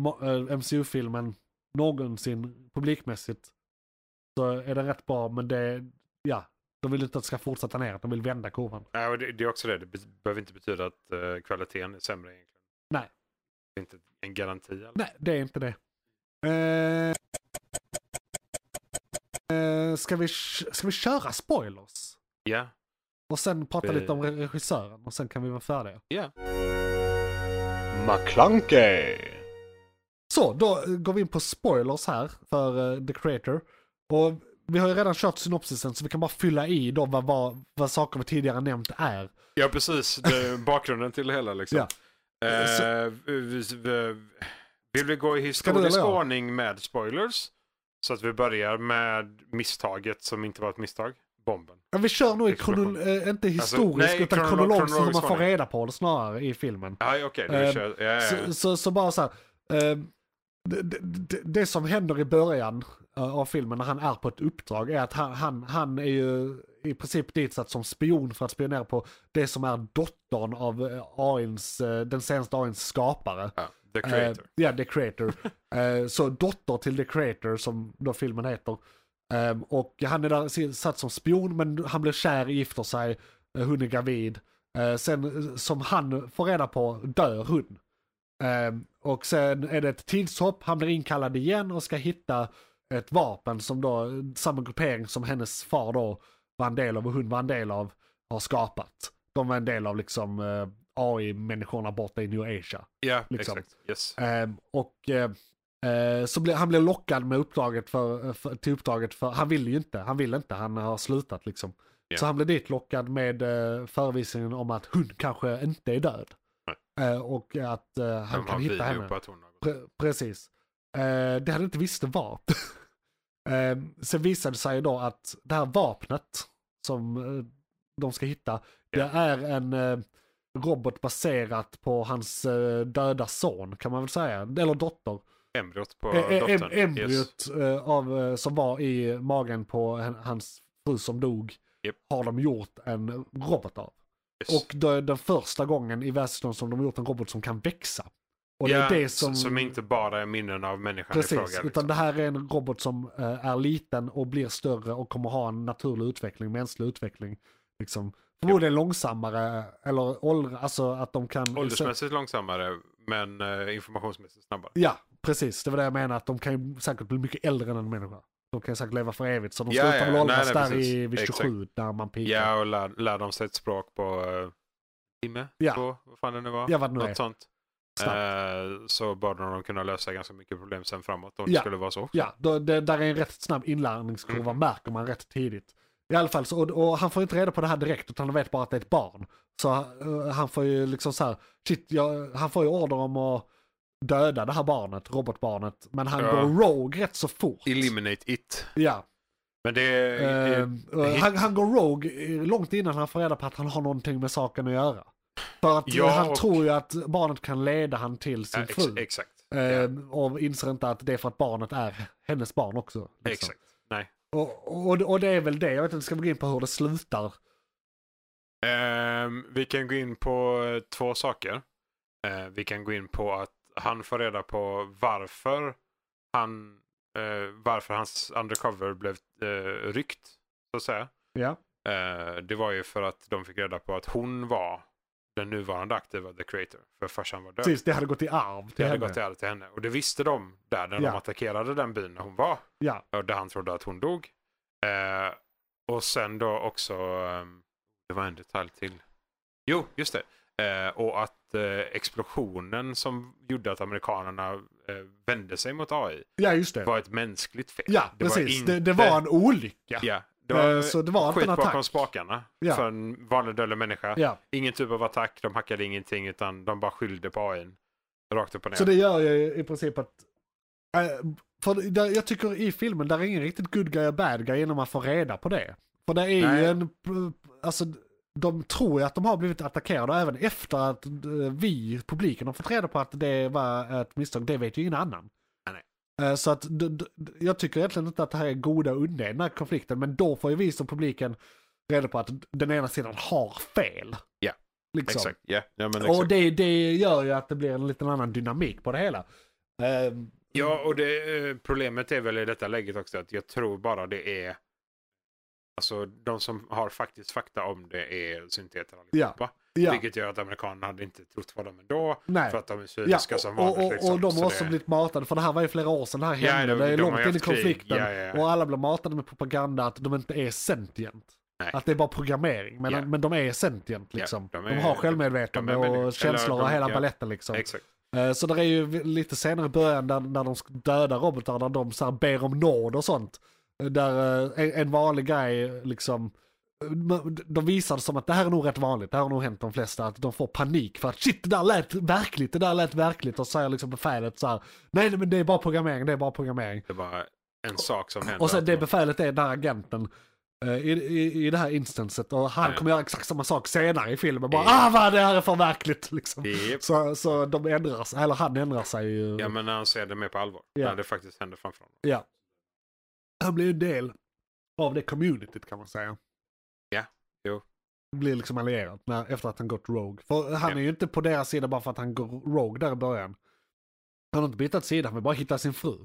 Ma- eh, MCU-filmen någonsin publikmässigt så är den rätt bra, men det, ja, de vill inte att det ska fortsätta ner, de vill vända kurvan. Nej, och det, det är också det. Det be- behöver inte betyda att eh, kvaliteten är sämre egentligen. Nej. Det är inte en garanti. Eller? Nej, det är inte det. Eh, eh, ska, vi, k- ska vi köra spoilers? Ja. Och sen prata Vi- lite om re- regissören och sen kan vi vara färdiga. McClunkey! Så, då eh, går vi in på spoilers här för eh, The Creator. Och vi har ju redan kört synopsisen så vi kan bara fylla i då vad, vad, vad saker vi tidigare nämnt är. Ja, precis. Det, bakgrunden till det hela liksom. Ja. Eh, Så- vi, vi, vill vi gå i Ska du eller historisk jag? ordning med spoilers? Så att vi börjar med misstaget som inte var ett misstag. Bomben. Ja, Vi kör nog i Explosion. Alltså, kronol, eh, inte historiskt nej, utan kronolo- kronologiskt hur man kronologisk får ordning. reda på det snarare i filmen. Ah, okej, okay, Eh, vi kör. Ja, ja, ja. Så, så, så bara så här. eh, det, det- det, det som händer i början eh, av filmen när han är på ett uppdrag är att han, han, han är ju i princip ditsatt som spion för att spionera på det som är dottern av eh, AIns, eh, den senaste AIns skapare. Ja, The Eh, Creator. Ja, [laughs] The Creator. Eh, så dotter till The Creator som då filmen heter. Eh, och han är där si- satt som spion men han blir kär, gifter sig, eh, hon är gravid. Eh, sen eh, som han får reda på dör hon. Eh, och sen är det ett tidshopp, han blir inkallad igen och ska hitta ett vapen som då samma gruppering som hennes far då var en del av och hon var en del av har skapat. De var en del av liksom eh, AI-människorna borta i New Asia. ja, liksom. exakt. Yes. Eh, och eh, eh, så blir, han blir lockad med uppdraget för, eh, för, till uppdraget för, han vill ju inte, han vill inte, han har slutat liksom. Ja. Så han blir dit lockad med eh, förevisningen om att hon kanske inte är död. Eh, och att eh, han De har kan hitta video henne. på att hon har gått. Pre- precis. Eh, det han inte visste var. [laughs] eh, sen visade det sig då att det här vapnet som eh, de ska hitta, det är en eh, robot baserat på hans eh, döda son kan man väl säga, eller dotter. Embryot på Eh, eh, em- dottern. Yes. embryot eh, av, eh, som var i magen på hen- hans fru som dog Japp. har de gjort en robot av. Yes. Och det är den första gången i världshistorien som de har gjort en robot som kan växa. Och det Ja, är det som... som inte bara är minnen av människan i Precis, fråga. Liksom. utan det här är en robot som eh, är liten och blir större och kommer ha en naturlig utveckling, mänsklig utveckling. Liksom, förmodligen långsammare, eller åldra, alltså att de kan... Åldersmässigt långsammare, men eh, informationsmässigt snabbare. Ja, precis. Det var det jag menade, att de kan ju säkert bli mycket äldre än en människa. De kan ju säkert leva för evigt, så de Ja, slutar ja, väl åldras nej, nej, där i, precis. vid 27 när man pikar. Ja, Ja, och lär, lär de sig ett språk på eh, timme, Ja. två, vad fan det nu var. vad det nu är. Något sånt. Snabbt. Eh, så borde de kunna lösa ganska mycket problem sen framåt om Ja. det skulle vara så. Ja, då, det, där är en rätt snabb inlärningskurva, Mm. märker man rätt tidigt. I alla fall, så, och, och han får inte reda på det här direkt, utan han vet bara att det är ett barn. Så eh, han får ju liksom så här, shit, jag, han får ju order om att döda det här barnet, robotbarnet. Men han Ja. går rogue rätt så fort. Eliminate it. Ja, Men det är... eh, eh, eh, hit- han, han går rogue eh, långt innan han får reda på att han har någonting med saken att göra. För att Ja, han och- tror ju att barnet kan leda han till sin ja, ex, fru. exakt. ja, Eh, och inser inte att det är för att barnet är hennes barn också. liksom. exakt. Nej. Och, och, och det är väl det, jag vet inte, ska vi gå in på hur det slutar? Ehm, vi kan gå in på eh, två saker. Eh, vi kan gå in på att han får reda på varför han eh, varför hans undercover blev eh, ryckt. Så att säga. Ja. Eh, det var ju för att de fick reda på att hon var den nuvarande aktiva The Creator. För farsan var död. Precis, det hade gått i arv Det till hade henne. gått i arv till henne. Och det visste de där när Ja. de attackerade den byn när hon var. Ja. Och där han trodde att hon dog. Eh, och sen då också, ehm, det var en detalj till. Jo, just det. Eh, och att eh, explosionen som gjorde att amerikanerna eh, vände sig mot AI ja, just det. var ett mänskligt fel. Ja, Det var precis. det, det inte- var en olycka. Ja, det var Eh, Så det var inte skit en attack. bakom spakarna Ja. för en vanlig dödlig människa. Ja. Ingen typ av attack, de hackade ingenting utan de bara skyllde på AI. Rakt upp och ner. Så det gör ju i princip att... eh, För där, jag tycker i filmen, där är ingen riktigt good guy och bad guy innan man får reda på det. För det är Nej. ju en... Alltså, de tror ju att de har blivit attackerade även efter att eh, vi, publiken, har fått reda på att det var ett misstag. Det vet ju ingen annan. Nej, Eh, Så att d- d- d- jag tycker egentligen inte att det här är goda och onda i den här konflikten, men då får ju vi som publiken reda på att den ena sidan har fel. Ja, liksom. Exakt, ja. ja men Och exakt. det, det gör ju att det blir en liten annan dynamik på det hela. Ehm, Ja, och det, eh, problemet är väl i detta läget också att jag tror bara det är Alltså de som har faktiskt fakta om det är synteter allihopa. ja, Vilket gör att amerikanerna hade inte trott på dem ändå. nej. För att de är Ja, cyniska som och, vanligt. och, liksom. och de Så har också det- blivit matade, för det här var ju flera år sedan det här Ja, hände. de- det är de har långt ju in i haft krig. konflikten. Ja, ja, ja. Och alla blir matade med propaganda att de inte är sentient. Nej. Att det är bara programmering, men, Ja. men de är sentient Ja, liksom. de de, är- har självmedvetande de är människor. och känslor Eller och de- hela ja. baletten liksom. Exakt. Eh, Så det är ju v- lite senare i början där, när de ska döda robotar, där de så här ber om nåd och sånt. Eh, Där eh, en, en vanlig guy liksom, eh, m- de visar det som att det här är nog rätt vanligt, det här har nog hänt de flesta, att de får panik för att shit det där lät verkligt, det där lät verkligt och så säger liksom befälet så här, nej nej, men det är bara programmering, det är bara programmering. Det var en sak som hände. Och sen att det de- befälet är den här agenten. eh, I, i, I det här instanset och han Ja. kommer göra exakt samma sak senare i filmen. Bara Ja. ah vad det här är för verkligt liksom. Japp. Så, så de ändrar sig, eller han ändrar sig ju. Ja, men när han ser det mer på allvar. Ja. När det faktiskt händer framför honom. Ja. Han blir ju en del av det communityt kan man säga. Ja, jo. Blir liksom allierad när, efter att han gått Rogue. För han Ja. är ju inte på deras sida bara för att han går Rogue där i början. Han har inte bytt sida, han vill bara hitta sin fru.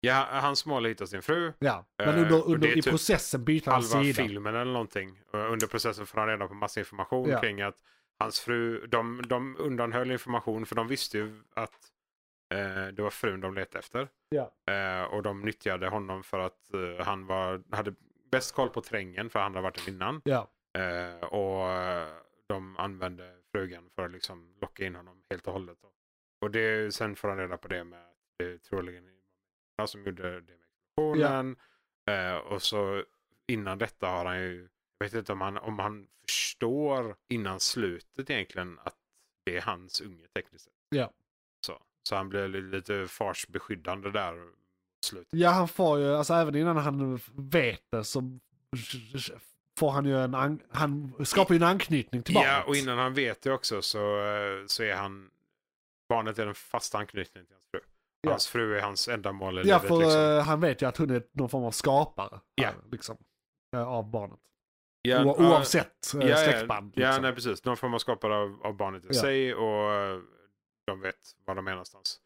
Ja, hans mål är att hitta sin fru. Ja, men Eh, under, och under det är i typ processen byter han halva sida. filmen eller någonting. Och Under processen får han reda på massa information Ja. kring att hans fru, de, de undanhöll information för de visste ju att eh, det var frun de letade efter. Ja. Eh, och de nyttjade honom för att eh, han var, hade bäst koll på trängen för han hade varit den innan. Ja, Eh, och eh, de använde frugan för att liksom locka in honom helt och hållet. Då. Och det, sen får han reda på det med att det troligen är några som gjorde det med explosionen. Eh, och så innan detta har han ju, jag vet inte om han, om han förstår innan slutet egentligen att det är hans unge tekniskt sett. Ja. Så, så han blir li- lite farsbeskyddande där mot slutet. ja, han får ju, alltså även innan han vet det så får han ju en, an- han skapar ju en anknytning till barnet. Ja, och innan han vet det också så, eh, så är han... Barnet är den fasta anknytningen till hans fru. Ja. Hans fru är hans ändamål i Ja, livet. för liksom. eh, han vet ju att hon är någon form av skapare. Ja. här, Liksom, eh, av barnet. ja, O- oavsett ja, eh, ja, släktband. Ja, liksom. nej, precis. De får man skapa av, av barnet i Ja. sig och eh, de vet var de är någonstans.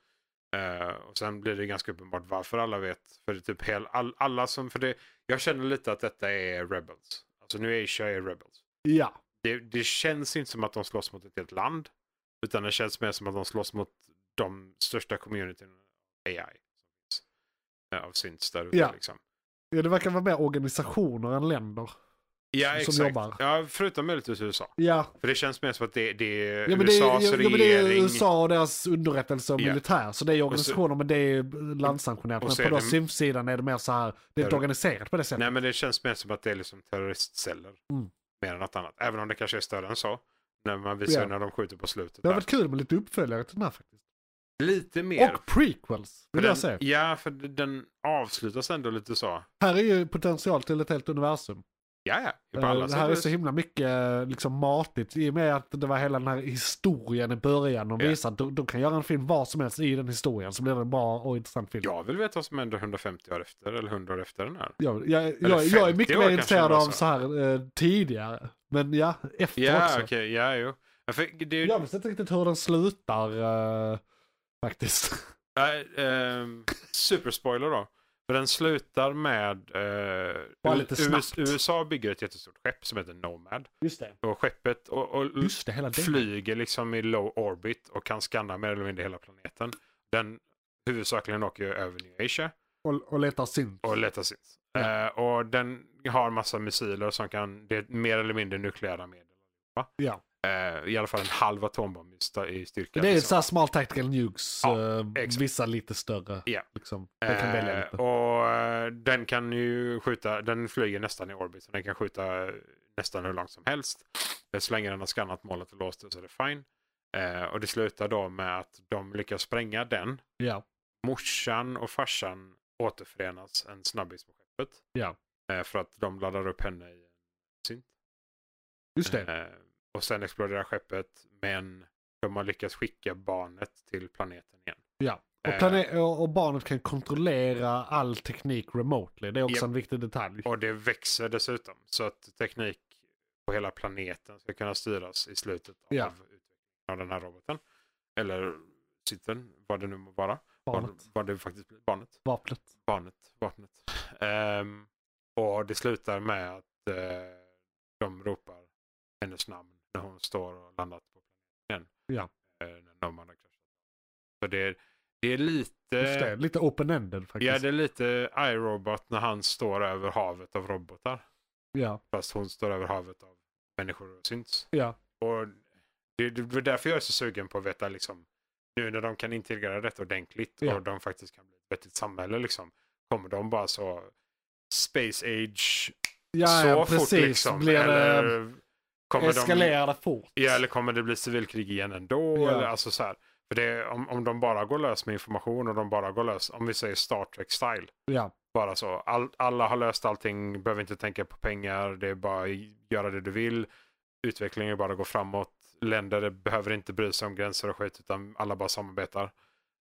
Eh, och sen blir det ganska uppenbart varför alla vet. För det är typ hel, all, alla som... För det, jag känner lite att detta är Rebels. Alltså nu Asia är Rebels. ja. det, det känns inte som att de slåss mot ett helt land. Utan det känns mer som att de slåss mot de största communityn AI. som finns, eh, Av synts där ute Ja. liksom. ja, det verkar vara mer organisationer än länder. Ja, Som exakt. jobbar. Ja, förutom möjligtvis USA. Ja, För det känns mer som att det, det är ja men, det, USAs är- ja, ja, men det är regering. USA och deras underrättelse och Ja. militär. Så det är organisationer men det är landsanktionerat. och Men så på är då det- SIMF-sidan är det mer så här, det är inte Där- organiserat på det sättet. Nej, men det känns mer som att det är liksom terroristceller. Mm. Mer än något annat. Även om det kanske är större än så. När man visar Ja. när de skjuter på slutet. Det har där. varit kul med lite uppföljare till den här faktiskt. Lite mer. Och prequels, För vill jag säga. den, ja, för den avslutas ändå lite så. Här är ju potential till ett helt universum. Ja, ja. På alla Eh, Det här är sätt. så himla mycket eh, liksom matigt i och med att det var hela den här historien i början. De Ja. visar att de, de kan göra en film vad som helst i den historien så blir det en bra och intressant film. Jag vill veta vad som händer 150 år efter eller 100 år efter den här. Jag, jag, jag, jag är 50 mycket år mer kanske intresserad det var av så. så här eh, tidigare. Men ja, efter Ja, också. okej, ja, jo. Ja, För det, är ju- Jag vet inte riktigt hur den slutar eh, faktiskt. nej, ehm, superspoiler då. För den slutar med eh, Bara lite US, snabbt. USA bygger ett jättestort skepp som heter Nomad. Just det. Och skeppet och, och Just det, hela det. flyger liksom i low orbit och kan scanna mer eller mindre hela planeten. Den huvudsakligen åker ju över New Asia Och, och letar synt. och letar sitt. Eh, och den har massa missiler som kan, det är mer eller mindre nukleära medel. Ja. Eh, I alla fall en halv atombomb i sta- i styrka. Det är liksom. så här small tactical nukes. Ja, eh, exakt. vissa lite större. Ja. Liksom. Man kan välja Eh, lite. Och eh, den kan ju skjuta, den flyger nästan i orbit. Så den kan skjuta eh, nästan hur långt som helst. Eh, Så länge den har skannat målet och låst det så är det fine. Eh, Och det slutar då med att de lyckas spränga den. ja. Morsan och farsan återförenas en snabbis på skeppet. Ja. Eh, För att de laddar upp henne i synt. Just det. Eh, Och sen exploderar skeppet. Men de har lyckats skicka barnet till planeten igen. Ja. Och, eh. plane- och- och barnet kan kontrollera all teknik remotely. Det är också Japp. en viktig detalj. Och det växer dessutom. Så att teknik på hela planeten ska kunna styras i slutet av Ja. utvecklingen av den här roboten. Eller sitten, vad det nu må vara. Vad, Barnet. vad det faktiskt blir. Barnet. Vapnet. Barnet. Vapnet. Ehm, och det slutar med att eh, de ropar hennes namn när hon står och landat på planeten. Ja. Eh, när Norman har kraschat. Så det är, det är lite... Just det. Lite open-ended faktiskt. Eh. Ja, det är lite iRobot när han står över havet av robotar. ja. Fast hon står över havet av människor och syns. Ja. Och det, det var därför jag är så sugen på att veta liksom, nu när de kan integrera rätt ordentligt Ja. och de faktiskt kan bli ett vettigt samhälle liksom. Kommer de bara så space age Ja, så ja, fort precis. liksom? Blir det eller kommer de eskalerade fort. Ja, eller kommer det bli civilkrig igen ändå? Ja. Eller, alltså så här. För det, om, om de bara går lös med information och de bara går lös, om vi säger Star Trek style, Ja. bara så. All, alla har löst allting, behöver inte tänka på pengar, det är bara i- göra det du vill. Utvecklingen bara går framåt. Länder behöver inte bry sig om gränser och skit, utan alla bara samarbetar.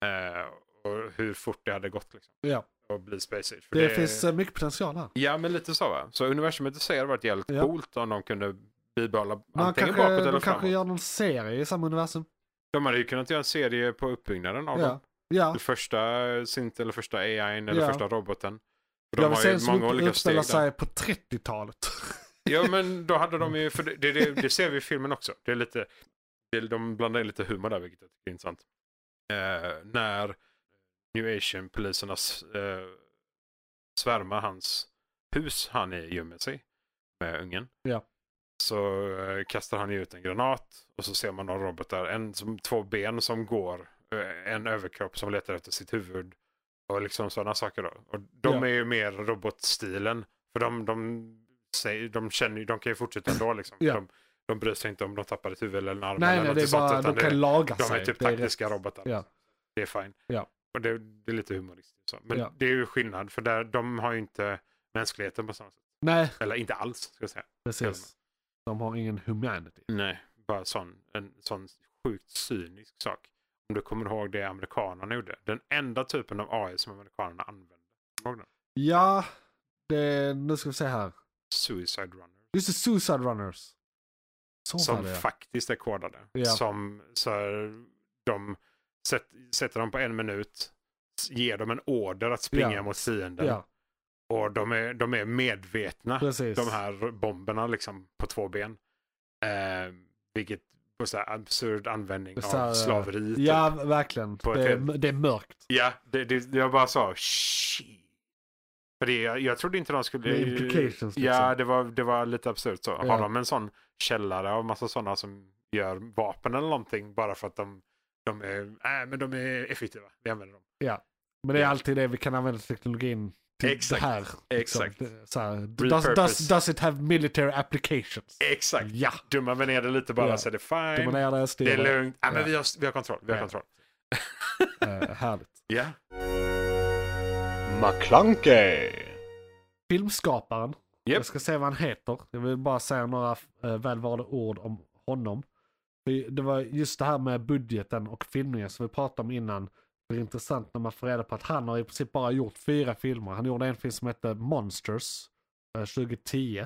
Eh, och hur fort det hade gått liksom. Ja. Och bli Space Age. För Det, finns eh, mycket potential här. Ja, men lite så va. Så universumet i sig hade varit jävligt Ja. coolt om de kunde bibehålla Man antingen kanske, bakåt eller de framåt. kanske gör någon serie i samma universum. De hade ju kunnat göra en serie på uppbyggnaden av dem. Ja. ja. Den första Sint eller första AIn eller Ja. första roboten. För De Jag vill har se ju en som många ut- olika steg utspelar där. sig på 30-talet. Ja men då hade de [laughs] ju, för det, det, det, det ser vi i filmen också. Det är lite, det, de blandar in lite humor där vilket jag tycker är intressant. Eh, när New Asian-poliserna s- eh, svärmar hans hus han är gömmer sig med ungen. Ja. Så eh, kastar han ju ut en granat och så ser man några robotar. En, som, två ben som går, eh, en överkropp som letar efter sitt huvud och liksom sådana saker. Då. Och de Ja. är ju mer robotstilen. För de, de, säger, de, känner, ju- de kan ju fortsätta ändå. Liksom. Ja. De, de bryr sig inte om de tappar ett huvud eller en arm. nej, eller nej, något det är sånt, bara, utan de det- kan laga de sig. är typ Det rätt. taktiska robotar. Ja. Det är fine. Ja. Och det, det är lite humoristiskt. Så. Men Ja. det är ju skillnad för där, de har ju inte mänskligheten på samma sätt. Nej, Eller inte alls ska jag säga. precis. De har ingen humanity. Nej. Bara sån, en sån sjukt cynisk sak. Om du kommer ihåg det amerikanerna gjorde. Den enda typen av AI som amerikanerna använde. Kommer du ihåg den? Ja, det, nu ska vi se här. Suicide runner. Just det, Suicide Runners. Så var som det. ja. faktiskt är kodade. Ja. Som så här, de sätt, sätter dem på en minut, s- ger dem en order att springa Ja. mot fienden. Ja, Och de är, de är medvetna, precis. de här bomberna liksom på två ben. Eh, vilket på så här absurd användning Det är så här, av slaveri. typ. Ja, verkligen. På ett Det är, helt- det är mörkt. ja det, det, jag bara sa shit. För det, jag, jag trodde inte de skulle... Med implications, liksom. Ja, det var, det var lite absurt så. Ja. Har de en sån källare av massa sådana som gör vapen eller någonting bara för att de, de, är, äh, men de är effektiva? Vi använder dem. Men det är alltid det vi kan använda teknologin till Exakt. det här. liksom. Exakt. Det- Så här, does, Repurpose. does, does it have military applications? Exakt. Ja, Dummar vi ner det lite bara Mm. Ja. så är det fine. de är deras det är lugnt. Äh, men Ja. vi, har, vi har kontroll. Vi har Ja. kontroll. Eh, Härligt. Ja. McClunkey, Filmskaparen. Jag Japp. ska se vad han heter. Jag vill bara säga några eh, välvalda ord om honom. För Det var just det här med budgeten och filmningen som vi pratade om innan. Det är intressant när man får reda på att han har i princip bara gjort fyra filmer. Han gjorde en film som hette Monsters eh, 2010.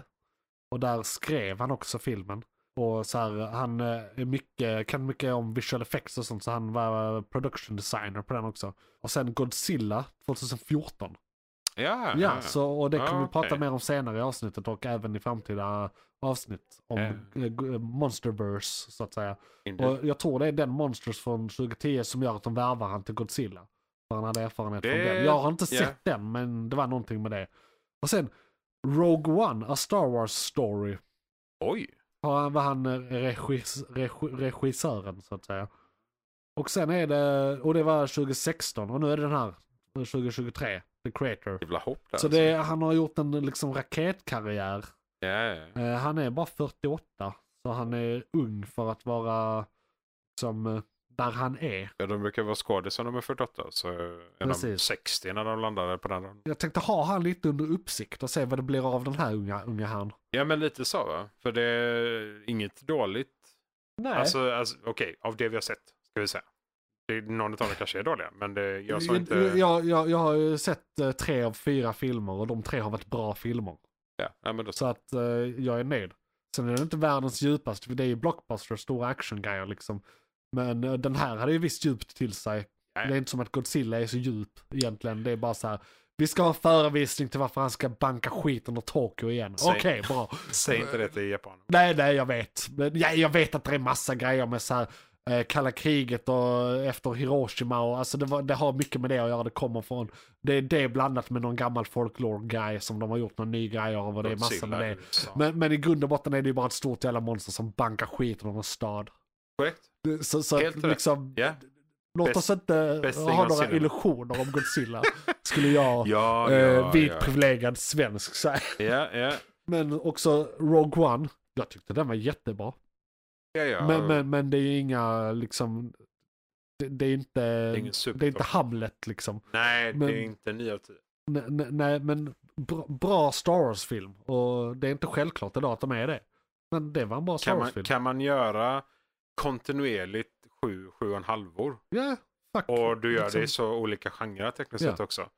Och där skrev han också filmen. Och så här, han eh, är mycket, kan mycket om visual effects och sånt så han var eh, production designer på den också. Och sen Godzilla 2014. Ja, Ja, så, och det kommer Ja, vi prata okej. mer om senare i avsnittet och även i framtida avsnitt om Ja. eh, g- Monsterverse så att säga. Indeed. Och jag tror det är den Monsters från 2010 som gör att de värvar han till Godzilla. För han hade erfarenhet från Det- den. Jag har inte ja. sett den men det var någonting med det. Och sen Rogue One, A Star Wars Story. Oj! Har han- Var han eh, regis, regi, regissören så att säga. Och sen är det, och det var 2016 och nu är det den här 2023, The Creator. Jävla hopp där. Så alltså. det, han har gjort en liksom raketkarriär. Ja, ja, ja. Eh, han är bara 48. Så han är ung för att vara som eh, där han är. ja, de brukar vara skådisar när de är 48. Så är de Precis. 60 när de landade på den Jag tänkte ha han lite under uppsikt och se vad det blir av den här unga, unga han. Ja, men lite så va? För det är inget dåligt. Nej, Alltså, alltså okej, av det vi har sett ska vi säga. Det är, någon av dem kanske är dåliga, men det, jag Mm, sa inte... jag, Eh, jag, jag, jag har ju sett eh, tre av fyra filmer och de tre har varit bra filmer. Ja, nej, men då, Så att eh, jag är nöjd. Sen är det inte världens djupaste, för det är ju blockbuster, stora actiongrejer liksom. Men eh, den här hade ju visst djupt till sig. Nej. Det är inte som att Godzilla är så djup egentligen. Det är bara så här. Vi ska ha en förevisning till varför han ska banka skiten ur Tokyo igen. Säg- Okej, bra. Säg inte det till japaner. Nej, nej, jag vet. Men, ja, jag vet att det är massa grejer med så här, eh, kalla kriget och eh, efter Hiroshima och alltså det, var, det har mycket med det att göra. Det kommer från. Det är det blandat med någon gammal folklore-grej som de har gjort någon ny grej av och det är massa med det. Men... Men, men i grund och botten är det ju bara ett stort jävla monster som bankar skiten ur en stad. Korrekt. Det- Så, så Helt att rätt. liksom, Ja. låt Bäst- oss inte bäst thing ha on några cinema. illusioner [laughs] om Godzilla, skulle jag, Ja, eh, ja, vit ja. privilegierad svensk säga. Ja, ja. Men också Rogue One, jag tyckte den var jättebra. ja, ja. Men, men, men det är ju inga, liksom, det, det är inte, det är ingen det är, inte supertopp. Hamlet liksom. Nej, men- det är inte 9 av 10. Nej, nej, nej men bra, bra Star Wars-film. Och det är inte självklart idag att de är det. Men det var en bra Star Kan man, Wars-film. kan man göra kontinuerligt 7-7,5 halvor Ja, fuck. och du gör Liksom. det i så olika genrer tekniskt Ja. sett också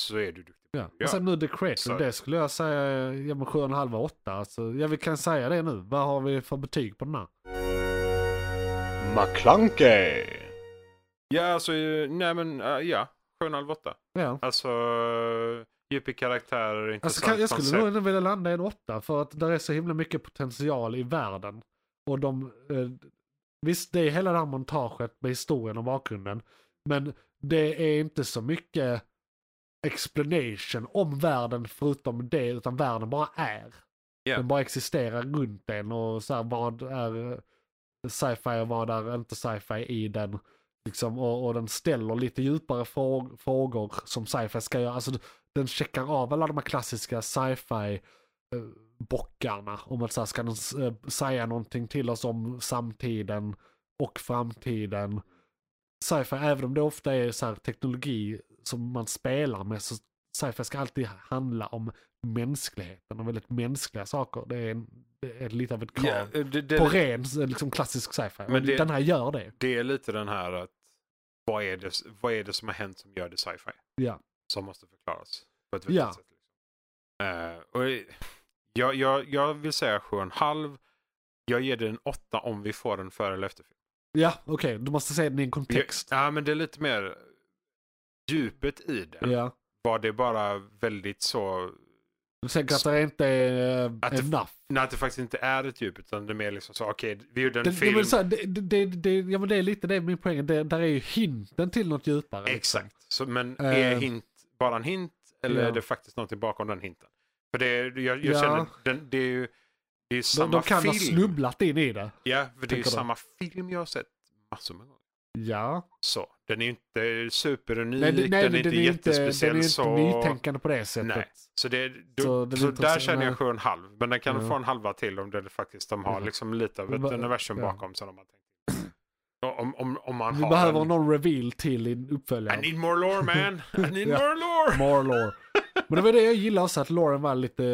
så är du duktig. Ja. Ja. Och sen nu The Creator, Så- det skulle jag säga ja, men 7,5 8. Alltså, ja, vi kan säga det nu. Vad har vi för betyg på den här? McClunkey. Ja, alltså, eh, nej men eh, ja, 7,5-8. Ja. Alltså, djup i karaktärer, intressant Alltså, kan, jag skulle koncept. nog ändå vilja landa i en 8 för att där är så himla mycket potential i världen. Och de, eh, visst det är hela det här montaget med historien och bakgrunden. Men det är inte så mycket explanation om världen förutom det utan världen bara är. Ja. Den bara existerar runt en och så här, vad är eh, sci-fi och vad är inte sci-fi i den. Liksom, och, och den ställer lite djupare frå- frågor som sci-fi ska göra. Alltså, den checkar av alla de här klassiska sci-fi eh, bockarna. Om att så här, ska den eh, säga någonting till oss om samtiden och framtiden. Sci-fi, även om det ofta är så här, teknologi som man spelar med, så sci-fi ska alltid handla om mänskligheten och väldigt mänskliga saker. Det är, en, det är lite av ett krav. Ja, eh, det, det, På ren eh, liksom, klassisk sci-fi. Men Men det- Den här gör det. det är lite den här att vad är, det, vad är det som har hänt som gör det sci-fi? Ja. Som måste förklaras på ett vettigt Ja. sätt. Liksom. Eh, och det- jag, jag, jag vill säga 7,5. Jag ger det en 8 om vi får en före eller efterfilm. Ja, okej. Du måste säga den i en kontext. Ja, men det är lite mer djupet i den. Ja. Var det bara väldigt så Du tänker att det inte är eh, Att det- enough? Nej, att det faktiskt inte är ett djup, utan det är mer liksom så, okej, vi gjorde en Det, film. det, men så här, det, det, det, ja, men det är lite det min poäng. Det, där är ju hinten till något djupare. liksom. Exakt. Så, men Eh. är hint bara en hint, eller Ja. är det faktiskt någonting bakom den hinten? För det är, jag, jag Ja. känner, den, det är ju, det är ju De, samma de kan film. ha snubblat in i det. Ja, för det är ju tänker de. samma film jag har sett massor med gånger. Ja. Så, den är ju inte superunik, Nej, det- nej, den är den inte är ju inte, den är jättespeciell. ju inte så... nytänkande på det sättet. Nej. Så, det, då, Så så, den är inte där så- känner jag nej. sju och en halv. Men den kan Ja. få en halva till om det faktiskt de har Ja. liksom lite av Vi ett bara- universum ja. bakom sig. Om, man tänker. Och om, om, om man Vi har behöver en, någon reveal till i en I uppföljare. need more lore [laughs] man! I need Ja. more lore! More lore. Men det var det jag gillade också, att loren var lite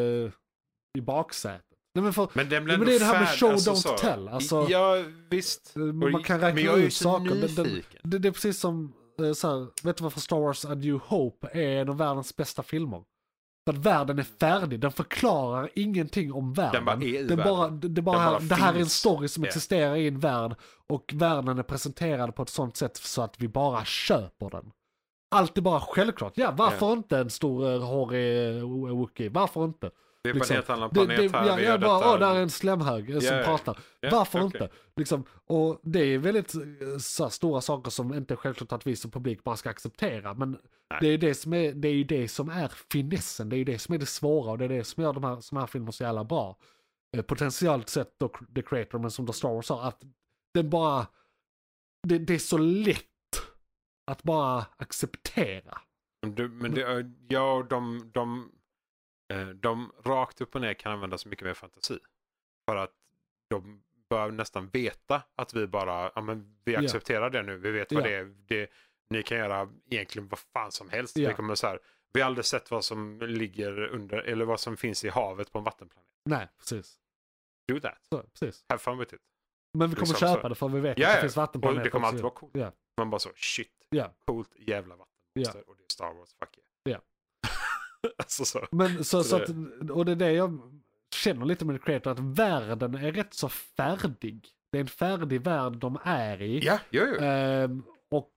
i baksätet. Nej, men för, Men den blir Ja, men ändå det är det här med färd, show, alltså, don't så. tell, alltså. ja, visst. eh, man Och- kan räkna men jag är ju ut så saker. men Den, nyfiken. det, det är precis som, eh, så här, vet du varför Star Wars A New Hope är en av världens bästa filmer? För att världen är färdig, den förklarar ingenting om världen. bara är i den bara, världen. det, det, bara, Den bara det här är en finns. story som Ja. existerar i en värld och världen är presenterad på ett sånt sätt så att vi bara köper den. Allt är bara självklart. Ja, varför inte en stor eh, hårig eh, wookie? Varför inte? Det är Liksom, planetannan Det, planet det, här. ja, vi jag gör bara, detta. åh, där är en slemhög eh, som Ja, ja. pratar. Ja, Varför okej. inte? Liksom, och det är väldigt eh, så här, stora saker som inte är självklart att vi som publik bara ska acceptera. Men det är, ju det, som är, det är ju det som är finessen, det är ju det som är det svåra och det är det som gör de här, som här filmerna så jävla bra. Eh, Potentiellt sett då The Creator, men som då Star Wars sa, att den bara... Det, det är så lätt att bara acceptera. Men Du, men det, är- ja, och de, de, eh, de rakt upp och ner kan använda så mycket mer fantasi. För att de bör nästan veta att vi bara, ja men vi Ja. accepterar det nu, vi vet vad Ja. det är. Det, ni kan göra egentligen vad fan som helst. Ja. Vi, kommer så här, vi har aldrig sett vad som ligger under, eller vad som finns i havet på en vattenplanet. Nej, precis. Do that, Så, precis. have fun with it. Men vi kommer Liksom köpa så. det för vi vet Ja, att det ja. finns Och vattenplaneter. det kommer också. alltid vara coolt. Ja. Man bara så, shit, Ja. coolt jävla vattenmonster och det är Star Wars, fuck yeah. [laughs] alltså så. Men så, Så så det- att, och det är det jag känner lite med The Creator, att världen är rätt så färdig. Det är en färdig värld de är i. Ja, ja, ja. Ehm, och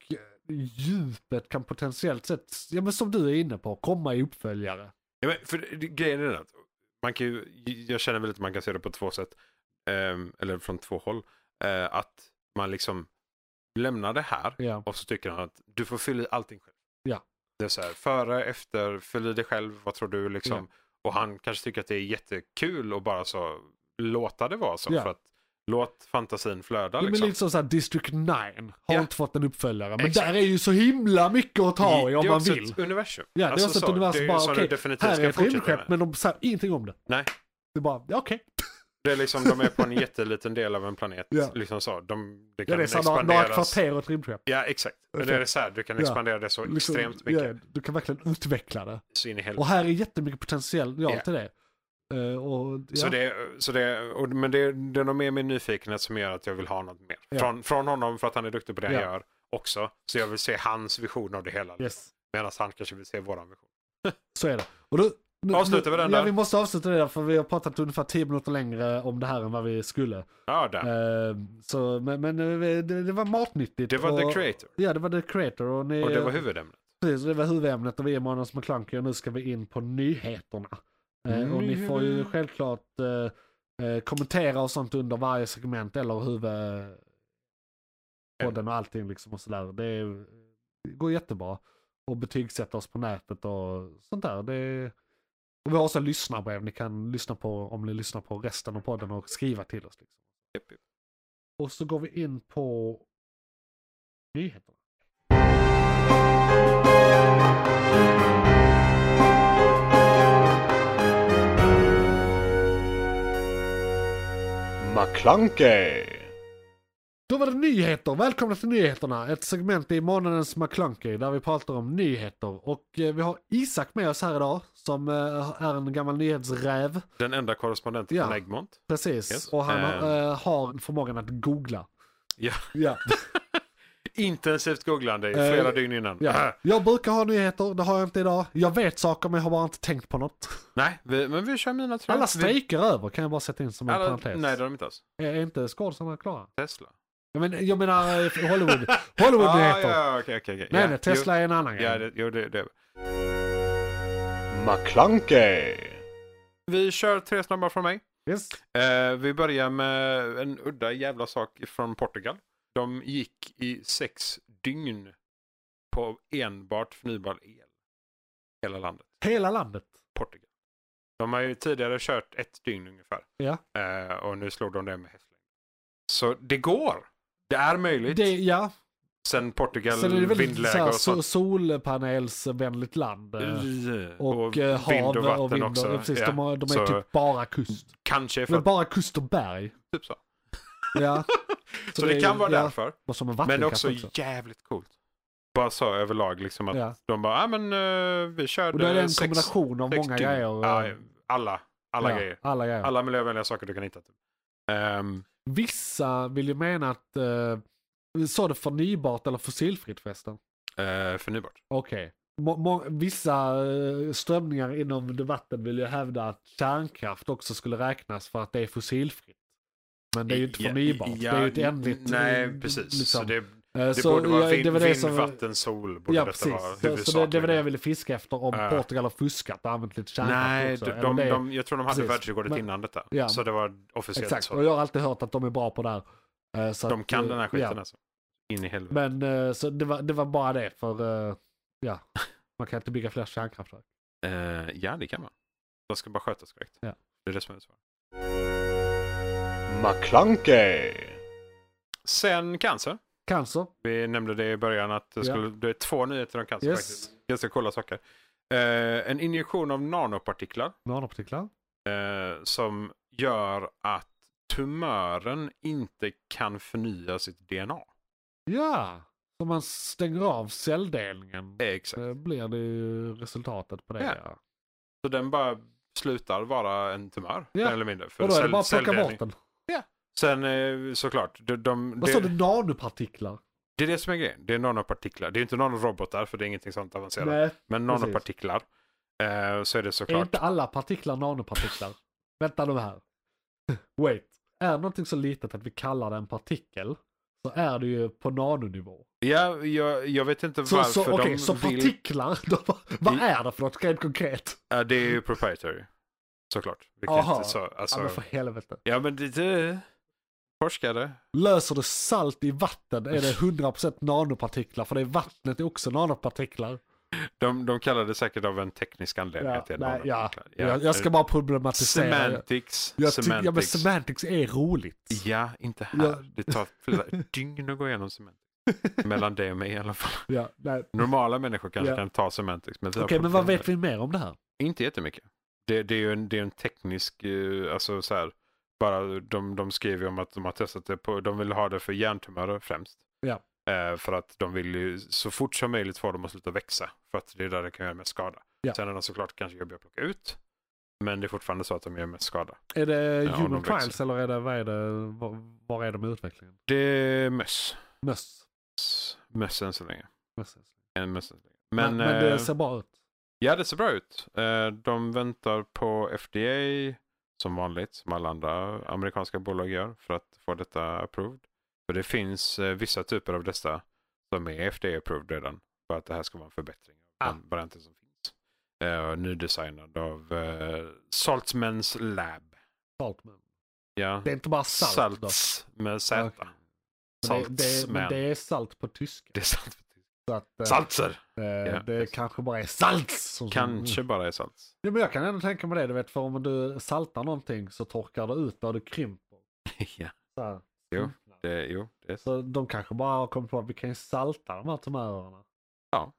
djupet kan potentiellt sett, ja men som du är inne på, komma i uppföljare. Ja, men för det- grejen är den att man kan ju, jag känner väl att man kan se det på två sätt. Ehm, eller från två håll. Eh, att man liksom lämnar det här Ja, och så tycker han att du får fylla i allting själv. Ja. Det är så här, före, efter, fyll i dig själv, vad tror du liksom. Och han kanske tycker att det är jättekul och bara så låta det vara så. Ja. För att låt fantasin flöda ja men liksom. lite som såhär District 9, har Ja. inte fått en uppföljare. Men Exakt. där är ju så himla mycket att ta i om det är man också vill. ett universum. Alltså Ja, det är också ett så, universum det är ju bara, så okej, det definitivt Här ska är ett fortsätta med. rymdskepp men de säger ingenting om det. Nej. Det är bara, ja, okej. Det är liksom, de är på [laughs] en jätteliten del av en planet. Ja. Liksom så. De, det Ja, kan det är så här några- några expanderas. kvarter och ett rymdskepp. Ja, exakt. Men Okej. Det är så här, du kan Ja. expandera det så Liksom, extremt mycket. ja, du kan verkligen utveckla det. Så in i helvete. Och här är jättemycket potential ja, Ja. till det. Eh, och, ja. Så det, så det, och, men det, det är nog mer min nyfikenhet som gör att jag vill ha något mer. Ja. Från, från honom för att han är duktig på det Ja. han gör också. Så jag vill se hans vision av det hela. yes. Medan han kanske vill se våran vision. Så är det. Och då, nu, Avslutar vi nu- den Ja, där? vi måste avsluta det där för vi har pratat ungefär 10 minuter längre om det här än vad vi skulle. Ja, där. Eh, så, men men eh, det, det var matnyttigt. det var och, The Creator. Ja, det var The Creator. Och, ni, Och det var huvudämnet. Precis, det var huvudämnet och vi är Månads McClunky och nu ska vi in på nyheterna. Eh, och ni får ju Nyheter. självklart eh, eh, kommentera och sånt under varje segment eller huvudpodden och allting liksom och sådär. Det är, det går jättebra. Och betygsätta oss på nätet och sånt där. Det är, och vi har också lyssnarbrev ni kan lyssna på om ni lyssnar på resten av podden och skriva till oss. Liksom. Japp, japp. Och så går vi in på nyheterna. McClunkey. Då var det nyheter. Välkomna till nyheterna. Ett segment i månadens McClunky där vi pratar om nyheter. Och eh, vi har Isak med oss här idag som eh, är en gammal nyhetsräv. Den enda korrespondenten Ja. från Egmont. Precis. Yes. Och han Eh. eh, har förmågan att googla. Ja. Ja. Intensivt googlande i Eh, flera dygn innan. [clears throat] [laughs] ja. Jag brukar ha nyheter, det har jag inte idag. Jag vet saker men jag har bara inte tänkt på något. Nej, vi, men vi kör mina tror jag. Alla Vi- strejker är över kan jag bara sätta in som en alla, parentes. Nej, alltså, det har de inte alls. Är är inte skådisarna klara? Tesla. Jag, men, jag menar [laughs] eh, Hollywood. Hollywood-nyheter. Ah, ja, okej, okej, okej. Nej, Ja, nej, Tesla är en annan Jo, grej. ja, det, jo, det, det. McClunkey. Vi kör tre snabba från mig. Yes. Eh, vi börjar med en udda jävla sak från Portugal. De gick i sex dygn på enbart förnybar el. Hela landet. Hela landet. Portugal. De har ju tidigare kört ett dygn ungefär. Ja. Eh, och nu slog de det med hästlängd. Så det går. Det är möjligt. Det, ja, Sen Portugal, Sen är det väldigt så vindläge här, och so- sånt. solpanelsvänligt land. eh, Och, eh, hav vind och vatten och vind också. Och, precis, ja. de, har, de är Så typ bara kust. Kanske för Men att, bara kust [laughs] och berg. typ så. Ja. Så, det, kan vara ja, därför. Vad som en Men vattenkraft också, också. jävligt coolt. Bara så överlag liksom att Ja. de bara, ja ah, men eh, vi körde Och då är det en sex- kombination av sex många dygn." grejer. Ja, eh, alla, alla ja, grejer. Alla grejer. Alla miljövänliga saker du kan hitta. Typ. Ehm, Vissa vill ju mena att, eh, vi sa det förnybart eller fossilfritt förresten? eh, förnybart. Okej. Må- må- Vissa eh, strömningar inom debatten vill ju hävda att kärnkraft också skulle räknas för att det är fossilfritt. Men det är ju inte Ja, förnybart. ja, det är ju ett ändligt... eh, Nej, precis. liksom, Så det, Eh, Det så borde vara jag- vind, det var det vind som- vatten, sol. Borde Ja, detta precis. vara Så, så det, det var det jag huvudsakligen. ville fiska efter, om Ja. Portugal har fuskat och använt lite kärnkraft Nej, också. de, Eller de, det- de, jag tror de hade precis. världsrekordet Men- innan detta. Ja. Så det var officiellt Exakt, så. och jag har alltid hört att de är bra på det här. Eh, så De att, kan eh, den här skiten Ja. alltså. In i helvete. Men eh, så det, var, det var bara det, för eh, ja, man kan inte bygga fler kärnkraftverk. Eh, ja, det kan man. De ska bara skötas korrekt. Ja. Det är det som är svaret. McClunkey. Sen cancer. Cancer, Vi nämnde det i början att det, Ja. skulle, det är två nyheter om cancer Yes. faktiskt. Ganska coola saker. Eh, en injektion av nanopartiklar nanopartiklar. eh, som gör att tumören inte kan förnya sitt DNA. Ja, så man stänger av celldelningen. Exakt. Så blir det ju resultatet på det. Ja. Ja. Så den bara slutar vara en tumör. Ja. mer Eller mindre. För Och då är det cell- bara att plocka celldelning. bort den. Sen eh, såklart, de, de, Vad sa det, du, nanopartiklar? det är det som är grejen. Det är nanopartiklar. Det är inte nanorobotar för det är ingenting sånt avancerat. Nej, Men precis. nanopartiklar. Eh, så är det är såklart. inte alla partiklar [laughs] nanopartiklar? Vänta nu här. Wait. Är någonting så litet att vi kallar det en partikel så är det ju på nanonivå. Ja, jag, jag vet inte Så, varför så, okej, de så vill... partiklar, [laughs] de, vad I- är det för något rent konkret? Ja, det är ju proprietary. Såklart. Vilket Aha. inte så, alltså, Ja, ja, men för helvete. men det, det forskare. Löser du salt i vatten är det 100% nanopartiklar för det är vattnet är också nanopartiklar. De, de kallar det säkert av en teknisk anledning. Ja, att det är nej, ja. nanopartiklar. Jag, jag ska bara problematisera. Semantics. jag ty- semantics. ja, men semantics är roligt. Ja, inte här. Ja. Det tar flera dygn att gå igenom semantics. Mellan dig och mig i alla fall. [laughs] Ja, nej. Normala människor kanske Ja. kan ta semantics. Men vi har Okej, men vad problem vet vi mer om det här? Inte jättemycket. Det, det är ju en, det är en teknisk, eh, alltså så här, bara de, de skriver ju om att de har testat det på, de vill ha det för hjärntumörer främst. Ja. Eh, för att de vill ju så fort som möjligt få dem att sluta växa. För att det är där det kan göra mest skada. Ja. Sen är de såklart kanske jobbiga att plocka ut. Men det är fortfarande så att de gör mest skada. Är det Ja, human de växer. trials eller är det, vad är det, var, var är de i utvecklingen? Det är möss. Möss. Möss än så länge. Möss. En möss än så länge. Men, Men, men det eh, ser bra ut. Ja, det ser bra ut. Eh, De väntar på FDA som vanligt, som alla andra amerikanska bolag gör för att få detta approved. För det finns eh, vissa typer av dessa som är FDA approved redan för att det här ska vara en förbättring av Ah. den varianten som finns. Eh, Nydesignad av eh, Saltzmans Lab. Salt, men. Ja. Det är inte bara salt då. Salts med Z. Okej. Men det, det, men Saltzman. det är salt på tyska. Det är salt. Så att, eh, Saltser! eh, det precis. kanske bara är salt. Som, Kanske bara är salt. Ja, men jag kan ändå tänka mig det, du vet, för om du saltar någonting så torkar det ut och det krymper. [laughs] ja. Så, här. Jo. det, jo, det är så. så de kanske bara har kommit på att vi kan ju salta de här tumörerna. Ja.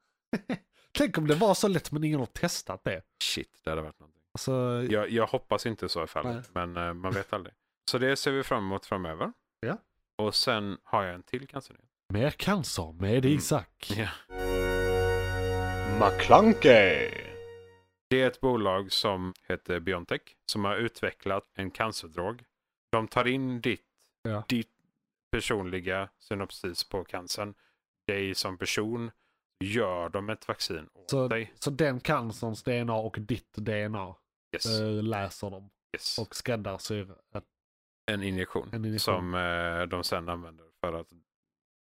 [laughs] Tänk om det var så lätt men ingen har testat det. Shit, det hade varit någonting. Alltså, Jag, jag hoppas inte så är fallet, men eh, man vet aldrig. Så det ser vi fram emot framöver. Ja. Och sen har jag en till cancernyhet. Mer cancer med Mm. Isak. Ja. McClunkey. Det är ett bolag som heter Biontech som har utvecklat en cancerdrog. De tar in ditt, Ja. ditt personliga synopsis på cancern. Dig som person gör de ett vaccin åt Så, dig. så den cancerns DNA och ditt DNA Yes. eh, läser de yes. och skräddarsyr ett- en, injektion en injektion. som eh, de sen använder för att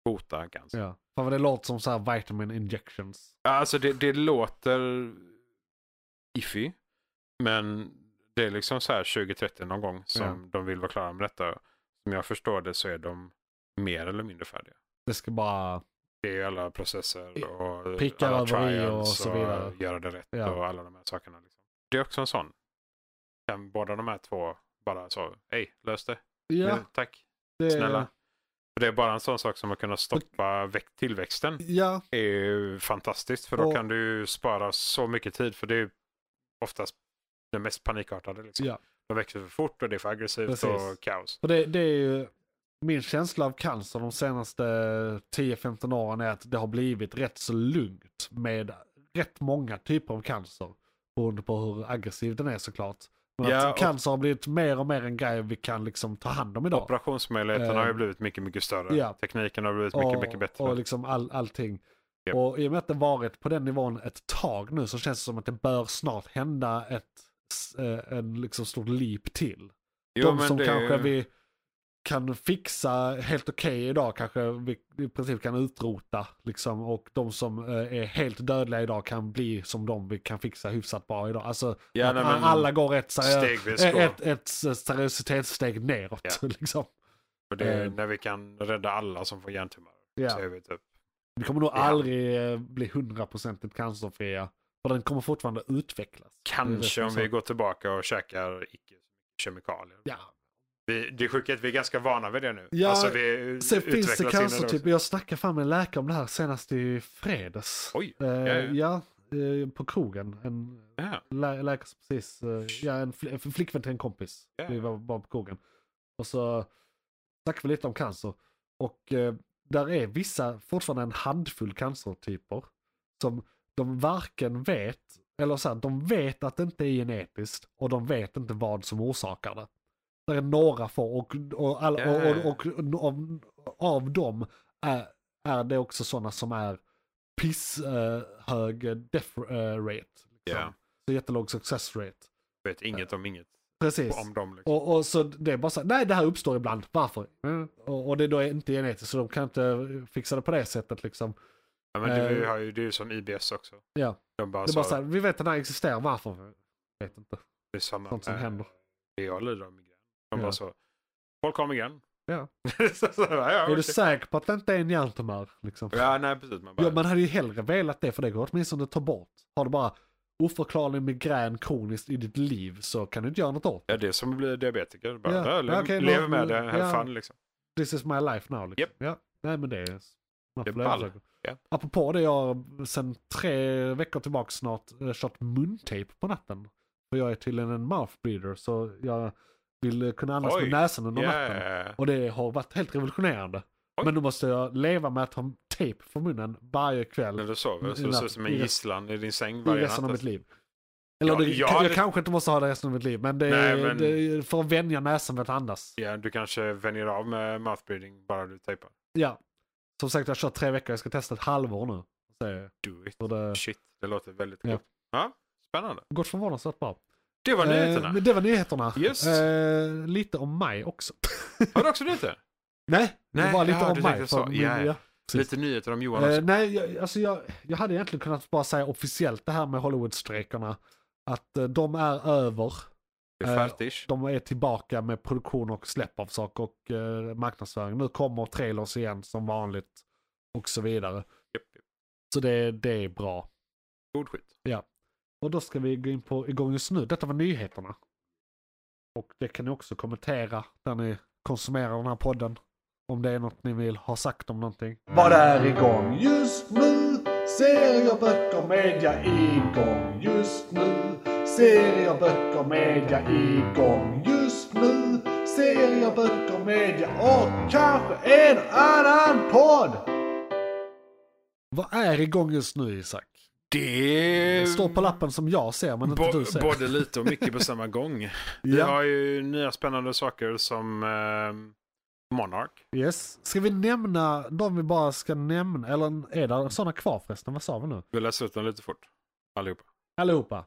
bota cancer. Ja. Fan vad det låter som så här vitamin injections. Ja, Alltså det, det låter iffy. Men det är liksom så här 2030 någon gång som de vill vara klara med detta. Som jag förstår det så är de mer eller mindre färdiga. Det ska bara... Det är ju alla processer och Prickar alla över i och trials så vidare. göra det rätt Ja. och alla de här sakerna. Liksom. Det är också en sån. Kan båda de här två bara så, hej, lös det. Ja, Nu, Tack, det, snälla. För det är bara en sån sak som att kunna stoppa väck- tillväxten Ja, är ju fantastiskt för då Och- kan du ju spara så mycket tid för det är ju oftast det mest panikartade. Liksom. Ja. De växer för fort och det är för aggressivt Precis. och kaos. för det, det är ju... Min känsla av cancer de senaste 10-15 åren är att det har blivit rätt så lugnt med rätt många typer av cancer. Beroende på hur aggressiv den är såklart. Men Ja, att och- cancer har blivit mer och mer en grej vi kan liksom ta hand om idag. Operationsmöjligheterna har ju Eh, blivit mycket, mycket större. ja. Tekniken har blivit mycket, och, mycket bättre. Och liksom all, allting. Japp. Och i och med att det varit på den nivån ett tag nu så känns det som att det bör snart hända ett s- eh, en liksom stort leap till. Jo, De men som det är kanske ju- vi kan fixa helt okej idag kanske vi i princip kan utrota. Liksom, och de som eh, är helt dödliga idag kan bli som de vi kan fixa hyfsat bra idag. Alltså, Ja, att nej, men- alla går ett, seriö- Stegvis går. eh, ett, ett seriösitetssteg neråt. Ja. [laughs] Liksom. För det är eh, när vi kan rädda alla som får hjärntumörer. Ja. Så är vi typ. Vi kommer nog Ja. aldrig eh, bli hundraprocentigt cancerfria. För den kommer fortfarande utvecklas. Det är det Kanske som är om vi så. går tillbaka och käkar icke-kemikalier. Ja. Vi, det är sjukt att vi är ganska vana vid det nu. Alltså, Ja, vi Sen finns det utvecklas in i cancer, också. typ, jag snackade fan med en läkare om det här senast i fredags. Oj, Eh, ja, ja. ja, eh, på krogen. En Ja. lä- läkare som precis, eh, ja, en, fl- en flickvän till en kompis. Ja. Vi var bara på krogen. Och så snackade vi lite om cancer. Och eh, där är vissa, fortfarande en handfull cancertyper. Som de varken vet, eller så här, de vet att det inte är genetiskt. Och de vet inte vad som orsakar det. Det är några få och, och, all, Ja. och, och, och, av, av dem är, är det också sådana som är pisshög death eh, rate. Liksom. Ja. Så jättelåg success rate. vet inget om inget. Precis. Om dem liksom. Och, och så det är bara så här, nej det här uppstår ibland, varför? Mm. Och, och det då är inte genetiskt så de kan inte fixa det på det sättet liksom. ja, men det, vi eh, har ju, det är ju som IBS också. Ja. De bara, Det är bara så sa, här, vi vet att det här existerar, varför? Jag vet inte. det är samma sånt som med händer. Det jag lider av migrän. De Ja. bara så, folk har migrän. Ja. [laughs] så, så, ja, ja, Är du okej. säker på att det inte är en hjärntumör? Liksom? ja, nej precis. Man bara, Ja, man hade ju hellre velat det för det går åtminstone att ta bort. Har du bara oförklarlig migrän kroniskt i ditt liv så kan du inte göra något åt ja, det är som att bli diabetiker. Bara, Ja, ja, lev, okej, då- lev med det, have ja. fun liksom. This is my life now. Liksom. Japp. Ja. Nej men det är... man Det är får lära ball. sig. Ja. Apropå det, jag har sen tre veckor tillbaka snart eh, kört muntejp på natten. För jag är tydligen en mouth breather så jag vill eh, kunna andas med Oj. näsan under natten. Yeah. Och det har varit helt revolutionerande. Oj. Men då måste jag leva med att ha tejp för munnen varje kväll. När du sover så du Natt- ser ut som en i- gisslan i din säng i varje resten natt. alltså. av mitt liv. Eller Ja, det, jag jag, hade- kanske inte måste ha det resten av mitt liv, men det är, Nej, men- Det är för att vänja näsan vid att andas. Ja, du kanske vänjer av med mouthbreathing bara du tejpar. Ja. Som sagt, jag har kört tre veckor, jag ska testa ett halvår nu. Se Do it. hur det Shit, det låter väldigt Ja. coolt. Ja, spännande. gått förvånansvärt bra. Det var nyheterna. Eh, men det var nyheterna. Just. Eh, lite om mig också. Har du också nyheter? nej, det Nej, var lite ja, om du mig. tänkte så. min- Ja, ja. Precis. Lite nyheter om Johan också. Eh, nej, jag, alltså jag, jag hade egentligen kunnat bara säga officiellt det här med Hollywoodstrejkerna. Att eh, de är över. det är eh, färdigt. De är tillbaka med produktion och släpp av saker och eh, marknadsföring. Nu kommer trailers igen som vanligt och så vidare. Japp, japp. Så det, det är bra. God skit. Och då ska vi gå in på igång just nu. Detta var nyheterna. Och det kan ni också kommentera när ni konsumerar den här podden. Om det är något ni vill ha sagt om någonting. Vad är igång just nu? Serier, böcker, media igång just nu. Serier, böcker, media igång just nu. Serier, böcker, media och kanske en annan podd. Vad är igång just nu Isak? Det Det står på lappen som jag ser men inte du Ehm, Bo- ser. både lite och [laughs] mycket på samma gång. Vi Ja. har ju nya spännande saker som ehm, Monarch. Yes. Ska vi nämna de vi bara ska nämna? Eller är det sådana kvar förresten? Vad sa vi nu? Vi läser ut den lite fort. Allihopa. Allihopa.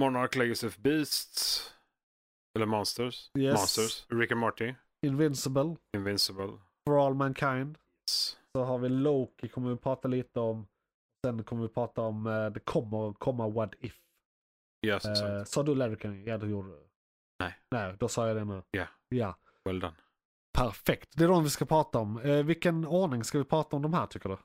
Monarch Legacy of Beasts. Eller Monsters. Yes. Monsters. Rick and Morty. Invincible. Invincible. For all mankind. Så har vi Loki kommer vi prata lite om. Sen kommer vi prata om eh, det kommer att komma What If. Yes, Eh, exakt. sa du Leather King? Ja det gjorde du. Nej. Nej, då sa jag det nu. Ja. Ja. Well done. Perfekt. Det är de vi ska prata om. Eh, vilken ordning ska vi prata om de här tycker du?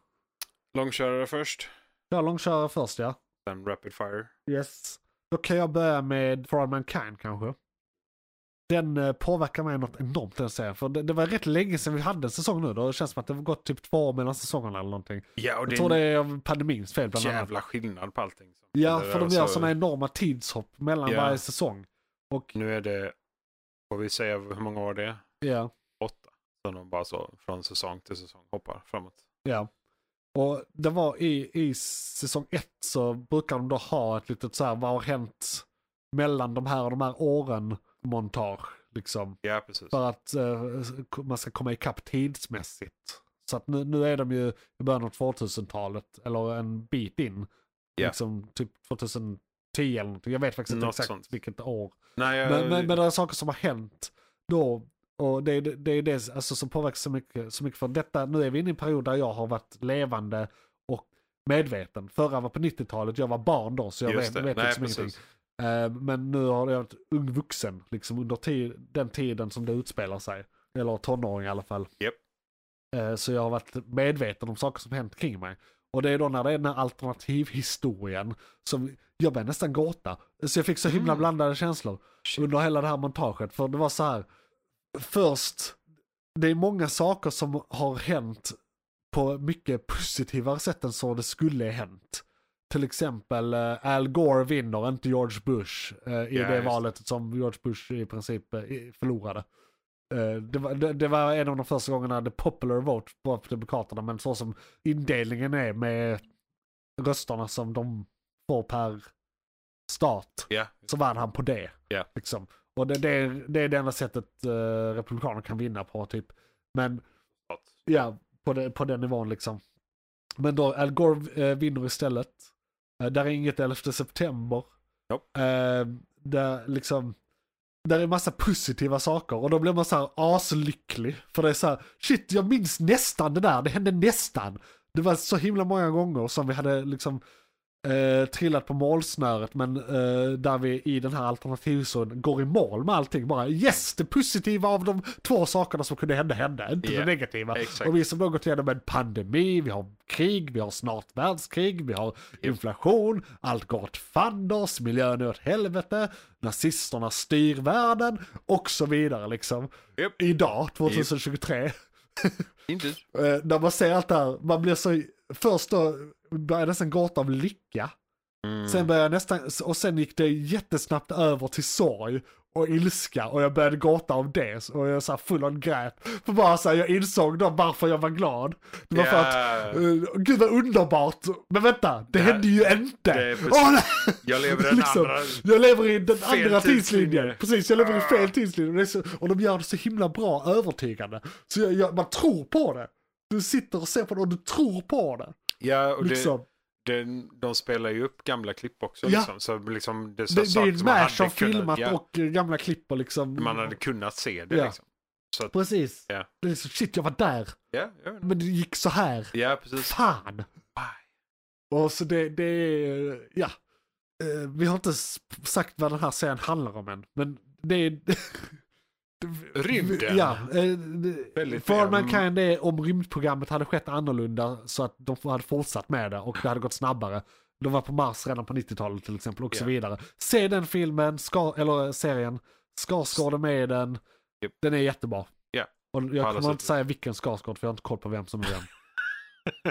Långkörare först. Ja, långkörare först ja. Sen Rapid Fire. Yes. Då kan jag börja med For All Mankind kanske. Den eh, påverkar mig något enormt den serien. För det, det var rätt länge sedan vi hade en säsong nu. Då. Det känns som att det har gått typ två år mellan säsongerna eller någonting. Ja, och Jag det tror är det en är av pandemins fel bland annat. jävla skillnad på allting. Alltså, som Ja, händer för de och gör så- sådana enorma tidshopp mellan Ja. varje säsong. Och Nu är det, får vi säga hur många år det är? ja, Åtta. Så de bara så från säsong till säsong hoppar framåt. ja. Och det var i, i säsong ett så brukar de då ha ett litet så här vad har hänt mellan de här och de här åren montage liksom. Ja, precis. För att eh, man ska komma ikapp tidsmässigt. Så att nu, nu är de ju i början av 2000-talet, eller en bit in. Ja. Liksom typ 2010 eller någonting. Jag vet faktiskt inte Något exakt sånt. vilket år. Nej, jag, Men, men, men det är saker som har hänt då Och det är det, det, är det alltså, som påverkar så mycket, så mycket. För detta, nu är vi inne i en period där jag har varit levande och medveten. Förra var på 90-talet, jag var barn då så jag Just vet, det. vet Nej, liksom ingenting. precis. Eh, Men nu har jag varit ung vuxen, liksom under ti- den tiden som det utspelar sig. Eller tonåring i alla fall. Japp. Eh, Så jag har varit medveten om saker som hänt kring mig. Och det är då när det är den här alternativhistorien som jag blev nästan gåta. Så jag fick så himla Mm. blandade känslor Shit. under hela det här montaget. För det var så här, först, det är många saker som har hänt på mycket positivare sätt än så det skulle ha hänt. Till exempel eh, Al Gore vinner, inte George Bush, eh, i Ja, det just det. valet som George Bush i princip eh, i- förlorade. Eh, Det var, det, det var en av de första gångerna the popular vote var på Demokraterna, men så som indelningen är med rösterna som de får per stat Ja. så vann han på det. Ja. Liksom. Och det, det, är, det är det enda sättet eh, republikaner kan vinna på typ. Men ja, på, det, på den nivån liksom. Men då Al Gore eh, vinner istället. Eh, där är inget 11 september. Nope. Eh, där liksom, där är massa positiva saker och då blir man så här aslycklig. För det är så här, shit jag minns nästan det där, det hände nästan. Det var så himla många gånger som vi hade liksom eh, trillat på målsnöret men eh, där vi i den här alternativzonen går i mål med allting. Bara yes, det positiva av de två sakerna som kunde hända hände, inte Ja, det negativa. exakt. Och vi som då gått igenom en pandemi, vi har krig, vi har snart världskrig, vi har inflation, allt går åt fanders, miljön är åt helvete, nazisterna styr världen och så vidare liksom. Japp. Idag, 2023. Inte. Eh, när man ser allt det här, man blir så, först då börjar jag nästan gråta av lycka. Mm. Sen började jag nästan, och sen gick det jättesnabbt över till sorg och ilska och jag började gråta av det och jag så här full av grät. För bara så här, jag insåg då varför jag var glad. Det var för att, Ja. eh, gud vad underbart, men vänta, det, här- hände ju inte. det är precis- Åh, nej! Jag lever i den [laughs] Liksom, andra. Jag lever i den Fel andra tidslinje. tidslinjen. Precis, jag lever i Ah. fel tidslinje. Och, det är så, och de gör det så himla bra övertygande. Så jag, jag, man tror på det. Du sitter och ser på det och du tror på det. Ja, och det, Liksom. den, de spelar ju upp gamla klipp också. Ja. Liksom. Så liksom, det, är så Det, det saker är en som man hade mash av kunnat- filmat ja, och eh, gamla klipp och liksom. Man hade kunnat se det. Ja. Liksom. Så att, Precis. Ja. Det är så, shit, jag var där. ja, ja, Men det gick så här. ja, precis. Fan! Och så det, det är, ja. Eh, Vi har inte sp- sagt vad den här serien handlar om än, men det är... [laughs] Rymden. Ja. eh, Väldigt För man trevligt. kan det är om rymdprogrammet hade skett annorlunda så att de hade fortsatt med det och det hade gått snabbare. De var på Mars redan på 90-talet till exempel och så Ja. vidare. Se den filmen, ska, eller eh, serien. Skarsgård är med i den. Japp. Den är jättebra. Ja. Och alla jag kommer sätt. inte säga vilken Skarsgård för jag har inte koll på vem som är [laughs] vem.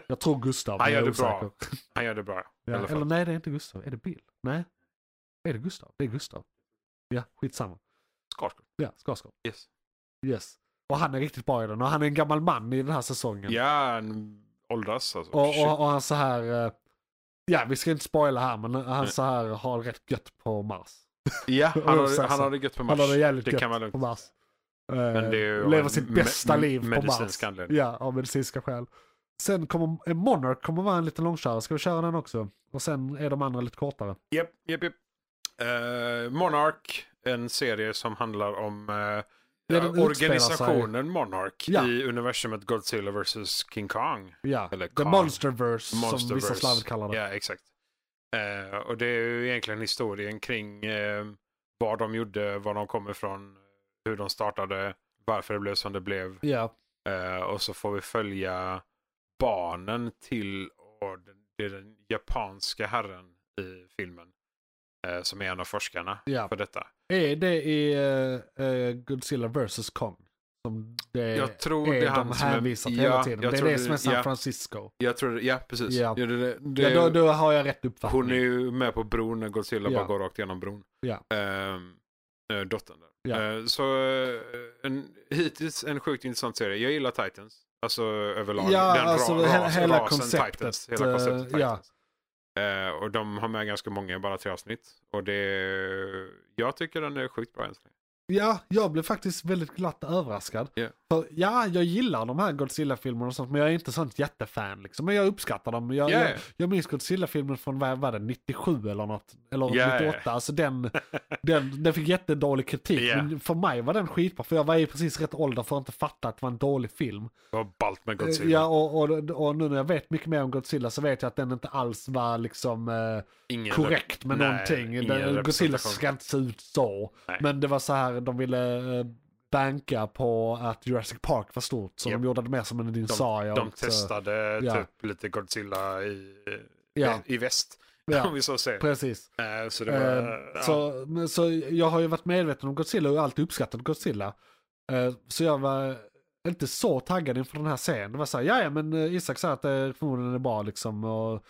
Jag tror Gustav, men Han jag gör är det bra. osäker. Han gör det bra. i Ja, alla fall. eller nej, det är inte Gustav. Är det Bill? Nej. Är det Gustav? Det är Gustav. Ja, skitsamma. Skarsgård. Ja, Skarsgård. Yes. Yes. Och han är riktigt bra i den. Och han är en gammal man i den här säsongen. Ja, han åldras alltså. och, Shit. och, och han så här... eh, Ja, vi ska inte spoila här, men han så här har rätt gött på Mars. ja, och han, så- har, han har det gött på Mars. Han har det jävligt det gött kan man på lugnt. Mars. Men det är ju Eh, av lever en sitt me- bästa me- liv på Mars. medicinsk anledning. Ja, av medicinska skäl. Sen kommer eh, Monarch kommer vara en liten långkörare. Ska vi köra den också? Och sen är de andra lite kortare. Japp, japp, japp. Eh, Monarch, en serie som handlar om eh, den ja, utspelar organisationen Monarch Ja. i universumet Godzilla vs. King Kong. Ja, Eller The Khan. Monsterverse, som vissa Monsterverse. slarvigt kallar det. Ja, exakt. Eh, och det är ju egentligen historien kring eh, vad de gjorde, var de kom ifrån, hur de startade, varför det blev som det blev. Ja, Eh, och så får vi följa barnen till och den- det är den japanska herren i filmen. eh, som är en av forskarna ja. för detta. Är det i eh, eh, Godzilla vs Kong? Som det jag tror är det är de han som är... hänvisar till hela tiden. jag Det är tror det som är San ja, Francisco. jag tror det, ja, precis. Ja. Ja, det, det, det, Ja, då, då har jag rätt uppfattning. hon är ju med på bron när Godzilla Ja. bara går rakt igenom bron. Ja. Ehm, eh, dottern där. Ja. Eh, så eh, en, hittills en sjukt intressant serie. Jag gillar Titans. Alltså överlag. Ja, Den ra- alltså, ras- he- hela rasen konceptet, Titans, hela konceptet eh, ja. Titans. Eh, och de har med ganska många, bara tre avsnitt. Och det, jag tycker den är sjukt bra än så länge. Ja, jag blev faktiskt väldigt glatt överraskad. Ja. För, ja, jag gillar de här Godzilla-filmerna och sånt, men jag är inte sånt jättefan liksom. Men jag uppskattar dem. Jag, Ja, jag, ja. jag minns Godzilla-filmen från, vad var det, 97 eller något? Eller Ja, ja. 98. Alltså den, den, den fick jättedålig kritik. Ja. Men för mig var den skitbra, för jag var ju precis rätt ålder för att inte fatta att det var en dålig film. Det var ballt med Godzilla. Eh, Ja, och, och, och nu när jag vet mycket mer om Godzilla så vet jag att den inte alls var liksom... Eh, Ingen korrekt med Nej, någonting. ingen Den- Godzilla representation. ska inte se ut så. Nej. Men det var så här, de ville eh, banka på att Jurassic Park var stort. Så Japp. de gjorde det mer som en De, dinosaurie. de och så- testade ja. typ lite Godzilla i, Ja. i väst. [laughs] Om Ja, vi så säger. precis. Eh, Så det var... Eh, ja. så, men- så jag har ju varit medveten om Godzilla och alltid uppskattat Godzilla. Eh, så jag var inte så taggad inför den här serien. Det var så här, ja men eh, Isak sa att det förmodligen är bra liksom. Och,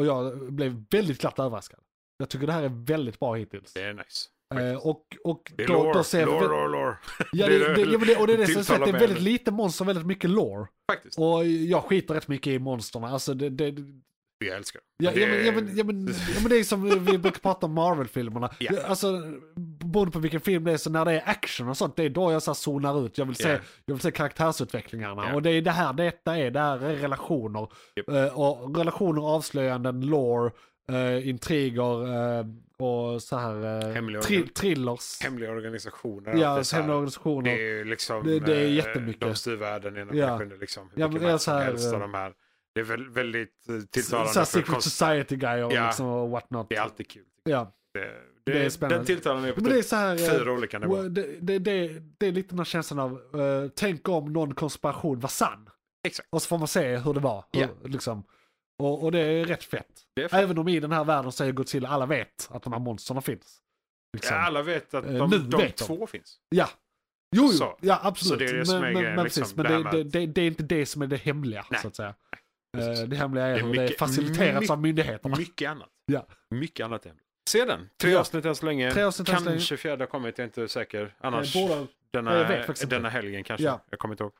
och jag blev väldigt glatt överraskad. Jag tycker det här är väldigt bra hittills. Det är nice. Eh, och och Det är då, lore, då ser jag lore, väl- lore, lore. Ja, Det det, är det, det- ja, men det, och det är det som är så tilltalar att det är mig väldigt nu. lite monster och väldigt mycket lore. Faktiskt. Och jag skiter rätt mycket i monsterna. Alltså det, det, Jag älskar det. ja, Det- ja, men, ja, men, [laughs] ja, men, ja, men det är som vi brukar prata om Marvel-filmerna. Ja. Alltså, beroende på vilken film det är, så när det är action och sånt, det är då jag så här zonar ut. Jag vill se, Ja. jag vill se karaktärsutvecklingarna. Ja. Och det är det här detta är, det här är relationer. Japp. Eh, och relationer, avslöjanden, lore, eh, intriger eh, och så här... eh, Hemliga tri- organ- thrillers. Hemliga organisationer. ja, allt det så här. hemliga organisationer. Det är ju liksom... Det- det är eh, jättemycket. De styr världen genom Ja. generationer liksom. Hur Ja, mycket men det är makt så som här, helst av eh, de här. Det är väl väldigt eh, Så tilltalande för här Secret konst... Society-grejer Ja. liksom och what not. Det är alltid kul. Ja. Det, det, Det är spännande. Den tilltalar mig på Men det är typ så här... eh, fyra olika nivåer. det, det, det, det är lite den här känslan av, eh, tänk om någon konspiration var sann. Exakt. Och så får man se hur det var. Hur, Ja. liksom. och, och det är rätt fett. Det är fett. Även om i den här världen så är Godzilla, alla vet att de här monstren finns. Liksom. Ja, alla vet att Eh, de, nu de vet de. två finns. Ja. Jo, jo. Så. ja absolut. Så det är det men som är men, grejen, men, liksom, precis. men det här det, med det, att- det, det är inte det som är det hemliga, Nej. så att säga. precis. Eh, Det hemliga är, Det är hur det är mycket- faciliterats av myndigheterna. Mycket annat. Ja. Mycket annat än. Se den. Tre Ja. avsnitt än så länge. Tre avsnitt än så länge. kanske fjärde har kommit, jag är inte säker. Annars Eh, båda- denna, jag vet faktiskt inte. denna helgen kanske. Ja. Jag kommer inte ihåg.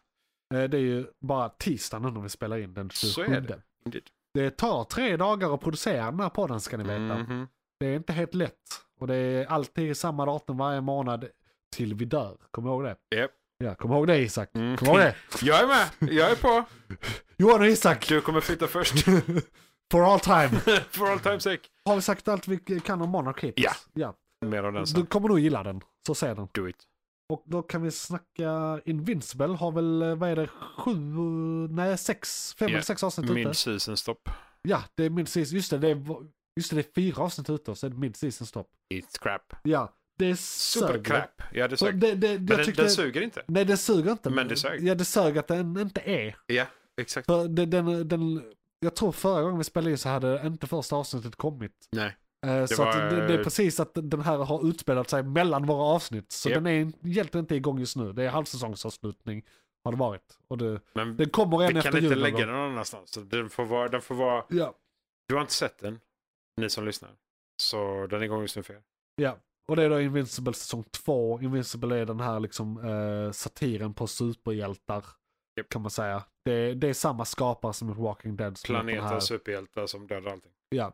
Eh, Det är ju bara tisdagen nu när vi spelar in den Så 27. är det. Indeed. Det tar tre dagar att producera den här podden ska ni veta. Mhm. Det är inte helt lätt. Och det är alltid samma datum varje månad till vi dör. Kom ihåg det. Japp. Ja, kom ihåg det Isak. Mm. Kom [laughs] ihåg det. Jag är med, jag är på. Johan och Isak! Du kommer flytta först. [laughs] For all time. For all time's sake. Har vi sagt allt vi kan om Monarch hittills? Ja. ja. Mer av den Du sen. kommer nog gilla den. Så ser den. Do it. Och då kan vi snacka Invincible har väl, eh, vad är det, sju, nej sex, fem Ja. eller sex avsnitt ute. Min season stopp. Ja, det är mid-season. Just det, det är, just det, det är fyra avsnitt ute och så är det mid-season stopp. It's crap. Ja, det Super sög. crap. Ja, det Så sög. Det, det, Men jag den, tyckte, den suger inte. nej, det suger inte. Men det sög. Ja, det sög att den inte är. Ja, exakt. För den, den, den, jag tror förra gången vi spelade in så hade inte första avsnittet kommit. Nej. Eh, så var, att det, det är eh, precis att den här har utspelat sig mellan våra avsnitt. Så Japp. den är egentligen inte igång just nu. Det är halvsäsongsavslutning har det varit. Och det, Men den kommer redan vi efter kan inte jul någon lägga den gång. någon annanstans. Så Den får vara, den får vara Ja, Du har inte sett den, ni som lyssnar. Så den är igång just nu för er. ja. Och det är då Invincible säsong 2. Invincible är den här liksom eh, satiren på superhjältar. Japp. Kan man säga. Det, det är samma skapare som i Walking Dead. som gjort den Planeter, här. superhjältar som dödar allting. Ja.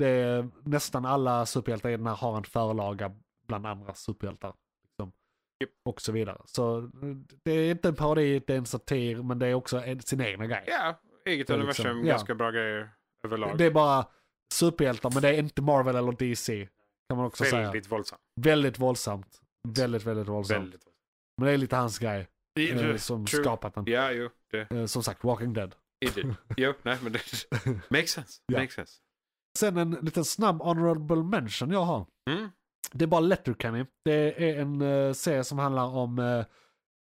Det är, nästan alla superhjältar i den här har en förlaga bland andra superhjältar. Liksom. Japp. Och så vidare. Så det är inte en parodi, det är en satir, men det är också en, sin egna grej. Ja, eget Det är universum, liksom- ja. ganska bra grejer överlag. Det är bara superhjältar, men det är inte Marvel eller DC. Kan man också säga. väldigt våldsamt. Väldigt våldsamt. Väldigt, väldigt våldsamt. Väldigt våldsamt. Men det är lite hans grej I- eh, som true. skapat den. Ja, jo, det Eh, som sagt, Walking Dead. [laughs] it did. Jo, nej, men det makes sense. Ja. Makes sense. Sen en liten snabb honorable mention jag har. Mm. Det är bara Letterkenny. Det är en eh, serie som handlar om, eh,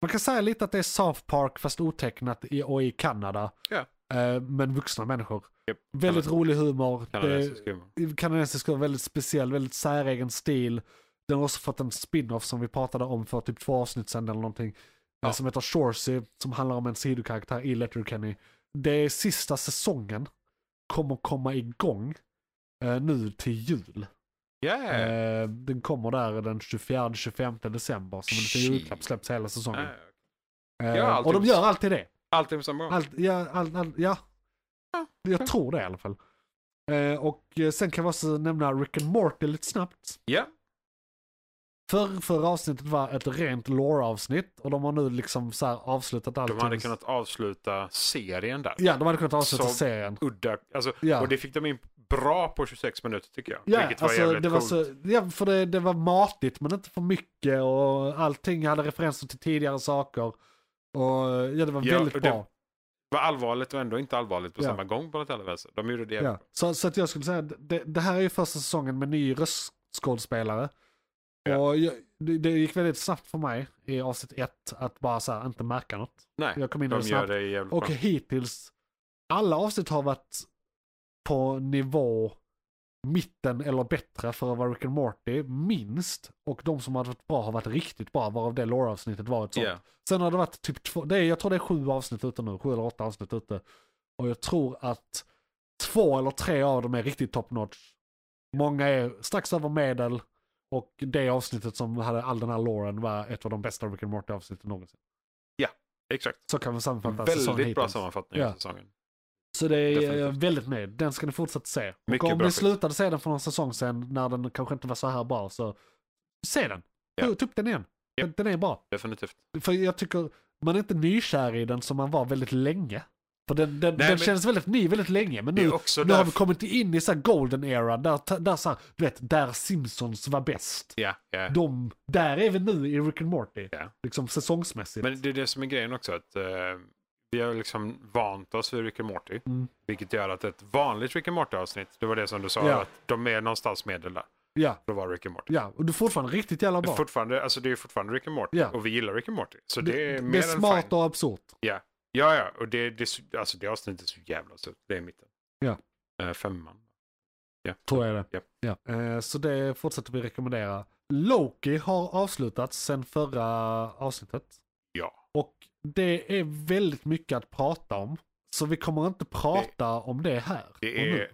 man kan säga lite att det är South Park fast otecknat i, och i Kanada. Ja. Eh, men vuxna människor. Japp. Väldigt rolig humor. Kanadensisk humor. Det är- Kanadensisk humor, väldigt speciell, väldigt säregen stil. Den har också fått en spin-off som vi pratade om för typ två avsnitt sedan eller någonting. eh, Ja. Som heter Shorsey, som handlar om en sidokaraktär i Letterkenny. Det är sista säsongen kommer komma igång eh, nu till jul. Yeah. Eh, den kommer där den 24-25 december. Som en liten Shit. julklapp släpps hela säsongen. Äh, Eh, Ja, och alltid- de gör alltid det. allting på samma gång. Allt, ja, all, all, ja. Ja. Jag tror det i alla fall. Eh, och eh, sen kan vi också nämna Rick and Morty lite snabbt. Ja, Förr, förra avsnittet var ett rent lore-avsnitt och de har nu liksom så här avslutat allting. De hade kunnat avsluta serien där. Ja, de hade kunnat avsluta Som- serien. Udda, alltså, Ja. Och det fick de in bra på 26 minuter tycker jag. Ja, vilket var alltså, jävligt det var coolt. så, ja, för det, det var matigt men inte för mycket och allting hade referenser till tidigare saker. Och ja, det var Ja, väldigt och det- bra. var allvarligt och ändå inte allvarligt på Ja. samma gång på något jävla vänster. De gjorde det jävligt Ja. Så, så att jag skulle säga, det, det här är ju första säsongen med ny röstskådespelare. Ja. Och jag, det, det gick väldigt snabbt för mig i avsnitt ett att bara så här, inte märka något. Nej, Jag kom in i de det gör snabbt. det jävligt Och bra. hittills, alla avsnitt har varit på nivå mitten eller bättre för att vara Rick and Morty, minst. Och de som har varit bra har varit riktigt bra, varav det lore-avsnittet var ett sånt. Ja. Sen har det varit typ två, det är, jag tror det är sju avsnitt ute nu, sju eller åtta avsnitt ute. Och jag tror att två eller tre av dem är riktigt top notch. Många är strax över medel och det avsnittet som hade all den här loren var ett av de bästa Rick and Morty avsnitten någonsin. Exakt. Så kan vi sammanfatta säsongen Väldigt bra hittills. sammanfattning alltså Ja. av säsongen. Så det är jag är Definitivt. väldigt nöjd. Den ska ni fortsätta se. Mycket och om bra ni skit. slutade se den för någon säsong sen när den kanske inte var så här bra så se den. Ja. Ta- Ta upp den igen. Den, den är bra. Definitivt. För jag tycker man är inte nykär i den som man var väldigt länge. För den, den, Nej, den men- känns väldigt ny väldigt länge. Men Det nu, är också nu har vi därför- kommit in i så här golden era där, ta- där, så här, du vet, där Simpsons var bäst. Ja, ja. De, där är vi nu i Rick and Morty. Ja. Liksom säsongsmässigt. Men det är det som är grejen också. Att, eh, vi har liksom vant oss vid Rick and Morty. Mm. Vilket gör att ett vanligt Rick and Morty-avsnitt, det var det som du sa, Ja. att de är någonstans medel där. Ja, Då var Rick and Morty. ja, och du är fortfarande riktigt jävla Men bra. fortfarande, alltså det är fortfarande Rick and Morty Ja. och vi gillar Rick and Morty. Så det, är mer det är än smart fine. och absurt. Ja, ja, och det, det, är så- alltså det avsnittet är så jävla sött. Det är mitten. Ja. Eh, femman. Ja. Tror jag det. Japp. Ja. Eh, Så det fortsätter vi rekommendera. Loki har avslutats sen förra avsnittet. Ja. Och det är väldigt mycket att prata om. Så vi kommer inte prata om det här. och Det nu. är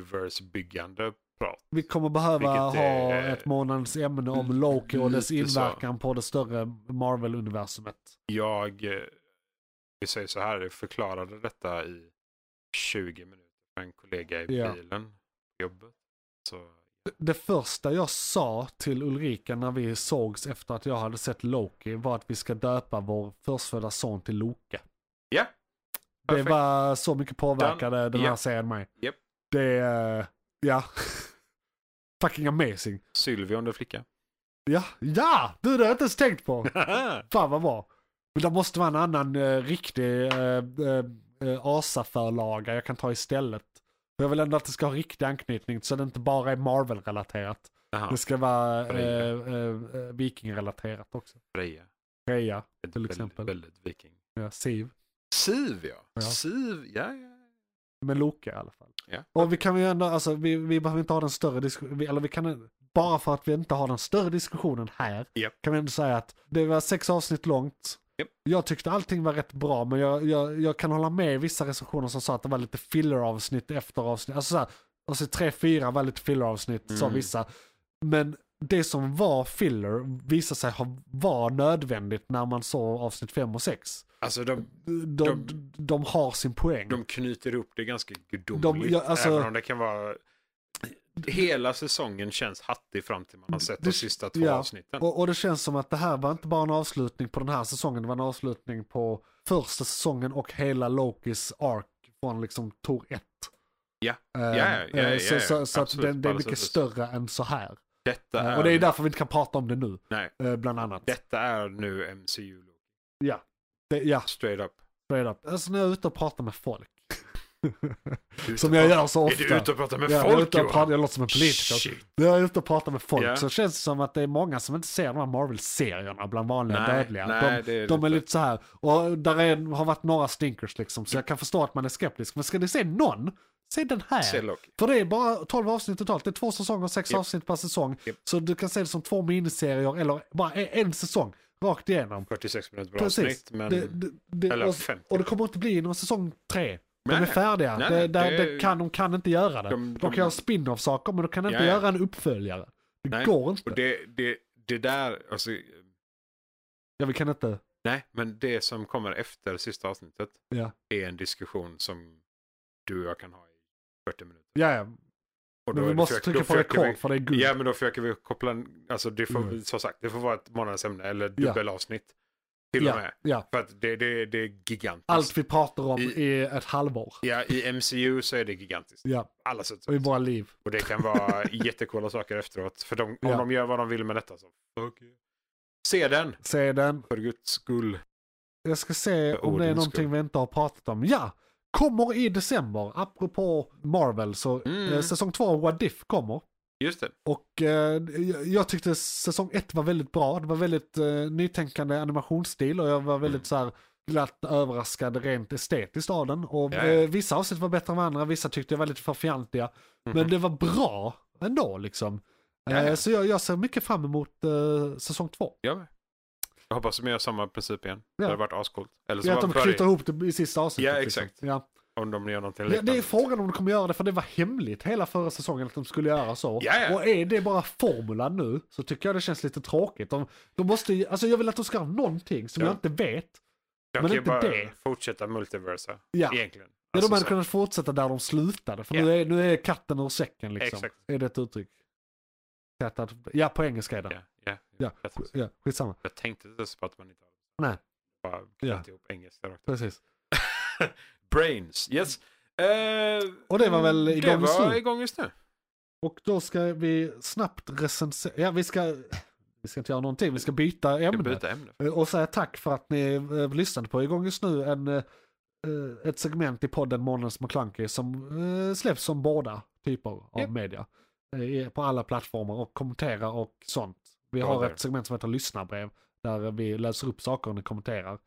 multiverse-byggande prat. Vi kommer behöva vilket ha är- ett månadens ämne om Loki och dess lite så. inverkan på det större Marvel-universumet. Jag, eh, vi säger så här, jag förklarade detta i 20 minuter för en kollega i Ja. bilen på jobbet. Så, Det första jag sa till Ulrika när vi sågs efter att jag hade sett Loki var att vi ska döpa vår förstfödda son till Loke. ja, Det Perfekt. var så mycket påverkade den här Japp. serien mig. Japp. Det, eh, ja. [laughs] Fucking amazing. Sylvia om du är flicka. [laughs] Ja, ja! Du, det har jag inte ens tänkt [laughs] på. Fan vad bra. Men det måste vara en annan eh, riktig eh, eh, eh, Asa-förlaga jag kan ta istället. För jag vill ändå att det ska ha riktig anknytning så det inte bara är Marvel-relaterat. Jaha, Det ska vara eh, Freja. eh, eh, vikingrelaterat också. Freja. Freja, Ett Till väldigt, exempel. Väldigt viking. ja, Siv. Siv ja. Ja. Siv, ja, ja. Med Loke i alla fall. Ja. Och vi kan ju ändå, alltså vi, vi behöver inte ha den större diskussionen, eller vi kan, bara för att vi inte har den större diskussionen här, Japp. kan vi ändå säga att det var sex avsnitt långt. Japp. Jag tyckte allting var rätt bra, men jag, jag, jag kan hålla med i vissa recensioner som sa att det var lite filler-avsnitt efter avsnitt. Alltså såhär, alltså tre, fyra var lite filler-avsnitt, sa Mm. vissa. Men det som var filler visade sig ha, var nödvändigt när man såg avsnitt fem och sex. Alltså de, De, de, De- har sin poäng. de knyter ihop det ganska gudomligt. De- ja, alltså- även om det kan vara... Hela säsongen känns hattig fram till man har sett Det- de sista två ja. avsnitten. Och, och det känns som att det här var inte bara en avslutning på den här säsongen, det var en avslutning på första säsongen och hela Lokis ark från liksom Tor 1. Ja. Eh, ja, ja, eh, ja, så ja. så, så att Absolut, det, det på är alla mycket sätt. större än så här. Detta Eh, är... och det är därför vi inte kan prata om det nu, Nej, eh, bland annat. detta är nu MCU. Loki. Det, ja, Straight up. straight up. Alltså när jag är ute och pratar med folk. Du är som ute jag och gör så pratar- ofta. Är du ute och pratar med Ja, jag, är folk ute och pratar, Johan? jag låter som en politiker. Shit. När jag är ute och pratar med folk Ja. så känns det som att det är många som inte ser de här Marvel-serierna bland vanliga Nej, dödliga. nej, de, det är De är lite- lite så här. Och där är, har varit några stinkers liksom. Så jag kan förstå att man är skeptisk. Men ska ni se någon? Se den här. Se Loki. För det är bara 12 avsnitt totalt. Det är två säsonger och sex Japp. avsnitt per säsong. Japp. Så du kan se det som två miniserier eller bara en säsong. Rakt igenom. 46 minuter bra Precis. avsnitt, men... Det, det, det, Eller och, 50. och det kommer inte bli någon säsong tre. De Nej, är nej. färdiga. Nej, det, nej, där, det- det kan, de kan inte göra det. De, De- de- kan göra spin-off saker men de kan inte Ja, ja. göra en uppföljare. Det Nej, går inte. Och det, det, det där, alltså... Ja, vi kan inte. Nej, men det som kommer efter sista avsnittet Ja. är en diskussion som du och jag kan ha i 40 minuter. Ja, ja. Och Men vi är det- måste försöker- trycka då på försöker vi- rekord för det är guld. Ja, men då försöker vi koppla... en- Alltså, det får, Mm. som sagt, det får vara ett månadens ämne eller Ja. dubbelavsnitt. Till ja, och med. ja. För att det, det, det är gigantiskt. Allt vi pratar om I- är ett halvår. Ja, i MCU så är det gigantiskt. Ja, Alla sätt. och i våra liv. Och det kan [laughs] vara jättecoola saker efteråt. För de, om Ja. de gör vad de vill med detta så... Okay. Se den! Se den. För guds skull. Jag ska se För om det är ordens någonting skull. vi inte har pratat om. Ja! Kommer i december, apropå Marvel, så Mm. eh, säsong två av What If kommer. Just det. Och eh, jag- jag tyckte säsong ett var väldigt bra. Det var väldigt eh, nytänkande animationsstil och jag var väldigt så här glatt överraskad rent estetiskt av den. Och Ja, ja. eh, vissa avsnitt var bättre än andra, vissa tyckte jag var lite för fjantiga. Men det var bra ändå liksom. Mhm. Ja, ja. Eh, så jag, jag ser mycket fram emot eh, säsong två. Jag med. Jag hoppas de gör samma princip igen. Ja. Det har varit ascoolt. Eller så Ja, att bara de börja- knyter ihop det i sista avsnittet. Ja, liksom. exakt. Ja. Om de gör någonting Det, det är liknande. frågan om de kommer göra det, för det var hemligt hela förra säsongen att de skulle göra så. Ja, ja. Och är det bara formulan nu, så tycker jag det känns lite tråkigt. De, de måste, ju- alltså jag vill att de ska göra någonting som Ja. jag inte vet. De men kan ju inte bara det. fortsätta multiversa. Ja. Egentligen. Ja, Alltså de hade så. kunnat fortsätta där de slutade, för Ja. nu, är, nu är katten ur säcken liksom. Exakt. Är det ett uttryck? Katten, ja, på engelska är det. Ja, ja, Ja. Precis. Ja, skitsamma. Jag tänkte inte så på att man inte Nej. bara Ja. knöt ihop engelska rakt. Precis. Brains, yes. Eh, Och det var väl igång det just var nu? igång just nu. Och då ska vi snabbt recensera, ja vi ska, vi ska inte göra någonting, vi ska byta Jag ämne. byta ämne. Eh, Och säga tack för att ni eh, lyssnade på igång just nu en, eh, eh, ett segment i podden Månadens McKlunky som eh, släpps som båda typer av Japp. media. Eh, på alla plattformar och kommenterar och sånt. Vi Bra har där. ett segment som heter lyssnarbrev där vi läser upp saker och ni kommenterar.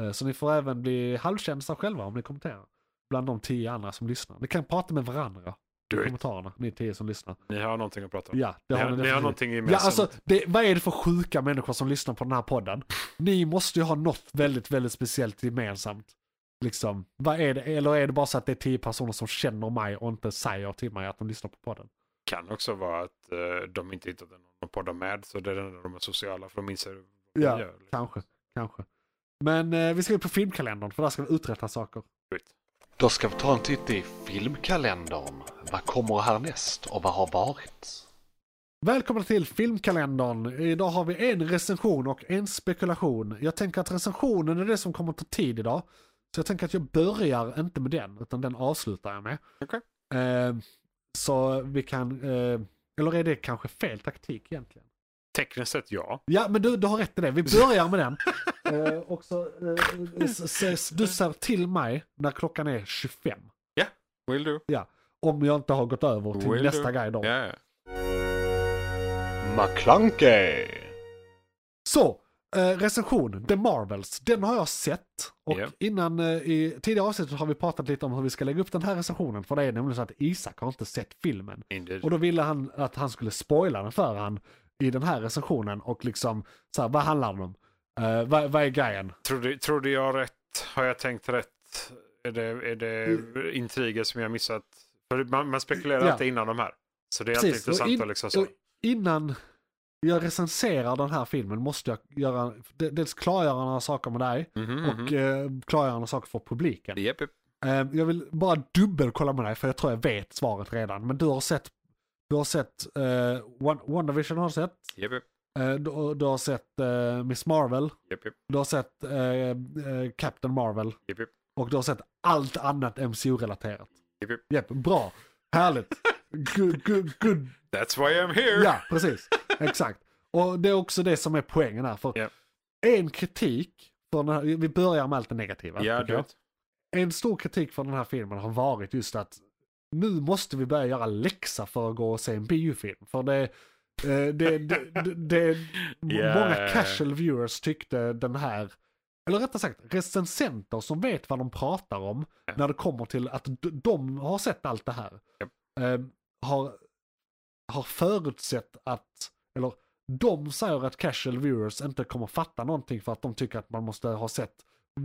Eh, så ni får även bli halvkändisar själva om ni kommenterar. Bland de tio andra som lyssnar. Ni kan prata med varandra i Do it. kommentarerna, ni tio som lyssnar. Ni har någonting att prata om. Ja, det ni, har har, ni ni har definitivt. någonting gemensamt. Ja, alltså, det, vad är det för sjuka människor som lyssnar på den här podden? Ni måste ju ha något väldigt, väldigt speciellt gemensamt. Liksom, vad är det? Eller är det bara så att det är tio personer som känner mig och inte säger till mig att de lyssnar på podden? kan också vara att eh, de inte hittat någon podd med, så det är den de är sociala, för de inser vad de Ja, gör. liksom. kanske, kanske. Men eh, vi ska ju på filmkalendern för där ska vi uträtta saker. Do it. Då ska vi ta en titt i filmkalendern. Vad kommer härnäst och vad har varit? Välkomna till filmkalendern. Idag har vi en recension och en spekulation. Jag tänker att recensionen är det som kommer ta tid idag. Så jag tänker att jag börjar inte med den, utan den avslutar jag med. Okej. Eh, så vi kan, eh, eller är det kanske fel taktik egentligen? Tekniskt sett ja. Ja, men du, du har rätt i det. Vi börjar med den. Eh, och så, eh, s- s- du säger till mig när klockan är 25. Will do. Om jag inte har gått över till Will nästa do. guide. då. Ja, ja. McClunkey. Så, eh, recension, The Marvels, den har jag sett. Och Japp. innan, eh, i tidigare avsnitt har vi pratat lite om hur vi ska lägga upp den här recensionen. För det är nämligen så att Isak har inte sett filmen. Indeed. Och då ville han att han skulle spoila den för han i den här recensionen. Och liksom, så här, vad handlar den om? Eh, vad, vad är grejen? Trodde, trodde jag rätt? Har jag tänkt rätt? Är det, är det intriger som jag missat? För man, man spekulerar Mm. Ja. alltid innan de här. Så det är alltid Precis, och intressant in- att liksom så. och- Innan jag recenserar den här filmen måste jag göra, de- dels klargöra några saker med dig. Mhm, Och mhm. eh, klargöra några saker för publiken. Japp, japp. Eh, Jag vill bara dubbelkolla med dig för jag tror jag vet svaret redan. Men du har sett, du har sett uh, WandaVision har du sett. Japp, japp. Eh, du, du har sett eh, Miss Marvel. Japp, japp. Du har sett eh, eh, Captain Marvel. Japp, japp. Och du har sett allt annat MCU-relaterat. Japp, japp. Japp, bra. Härligt. Good, good, good. That's why I'm here! Ja, precis. Exakt. Och det är också det som är poängen här. För Ja. En kritik, för den här, vi börjar med allt det negativa. Ja, tycker du jag vet. en stor kritik för den här filmen har varit just att nu måste vi börja göra läxa för att gå och se en biofilm. För det, eh, det, det, det, det Ja. många casual viewers tyckte den här, eller rättare sagt recensenter som vet vad de pratar om Ja. när det kommer till att d- de har sett allt det här. Eh, har, har förutsett att, eller de säger att casual viewers inte kommer fatta någonting för att de tycker att man måste ha sett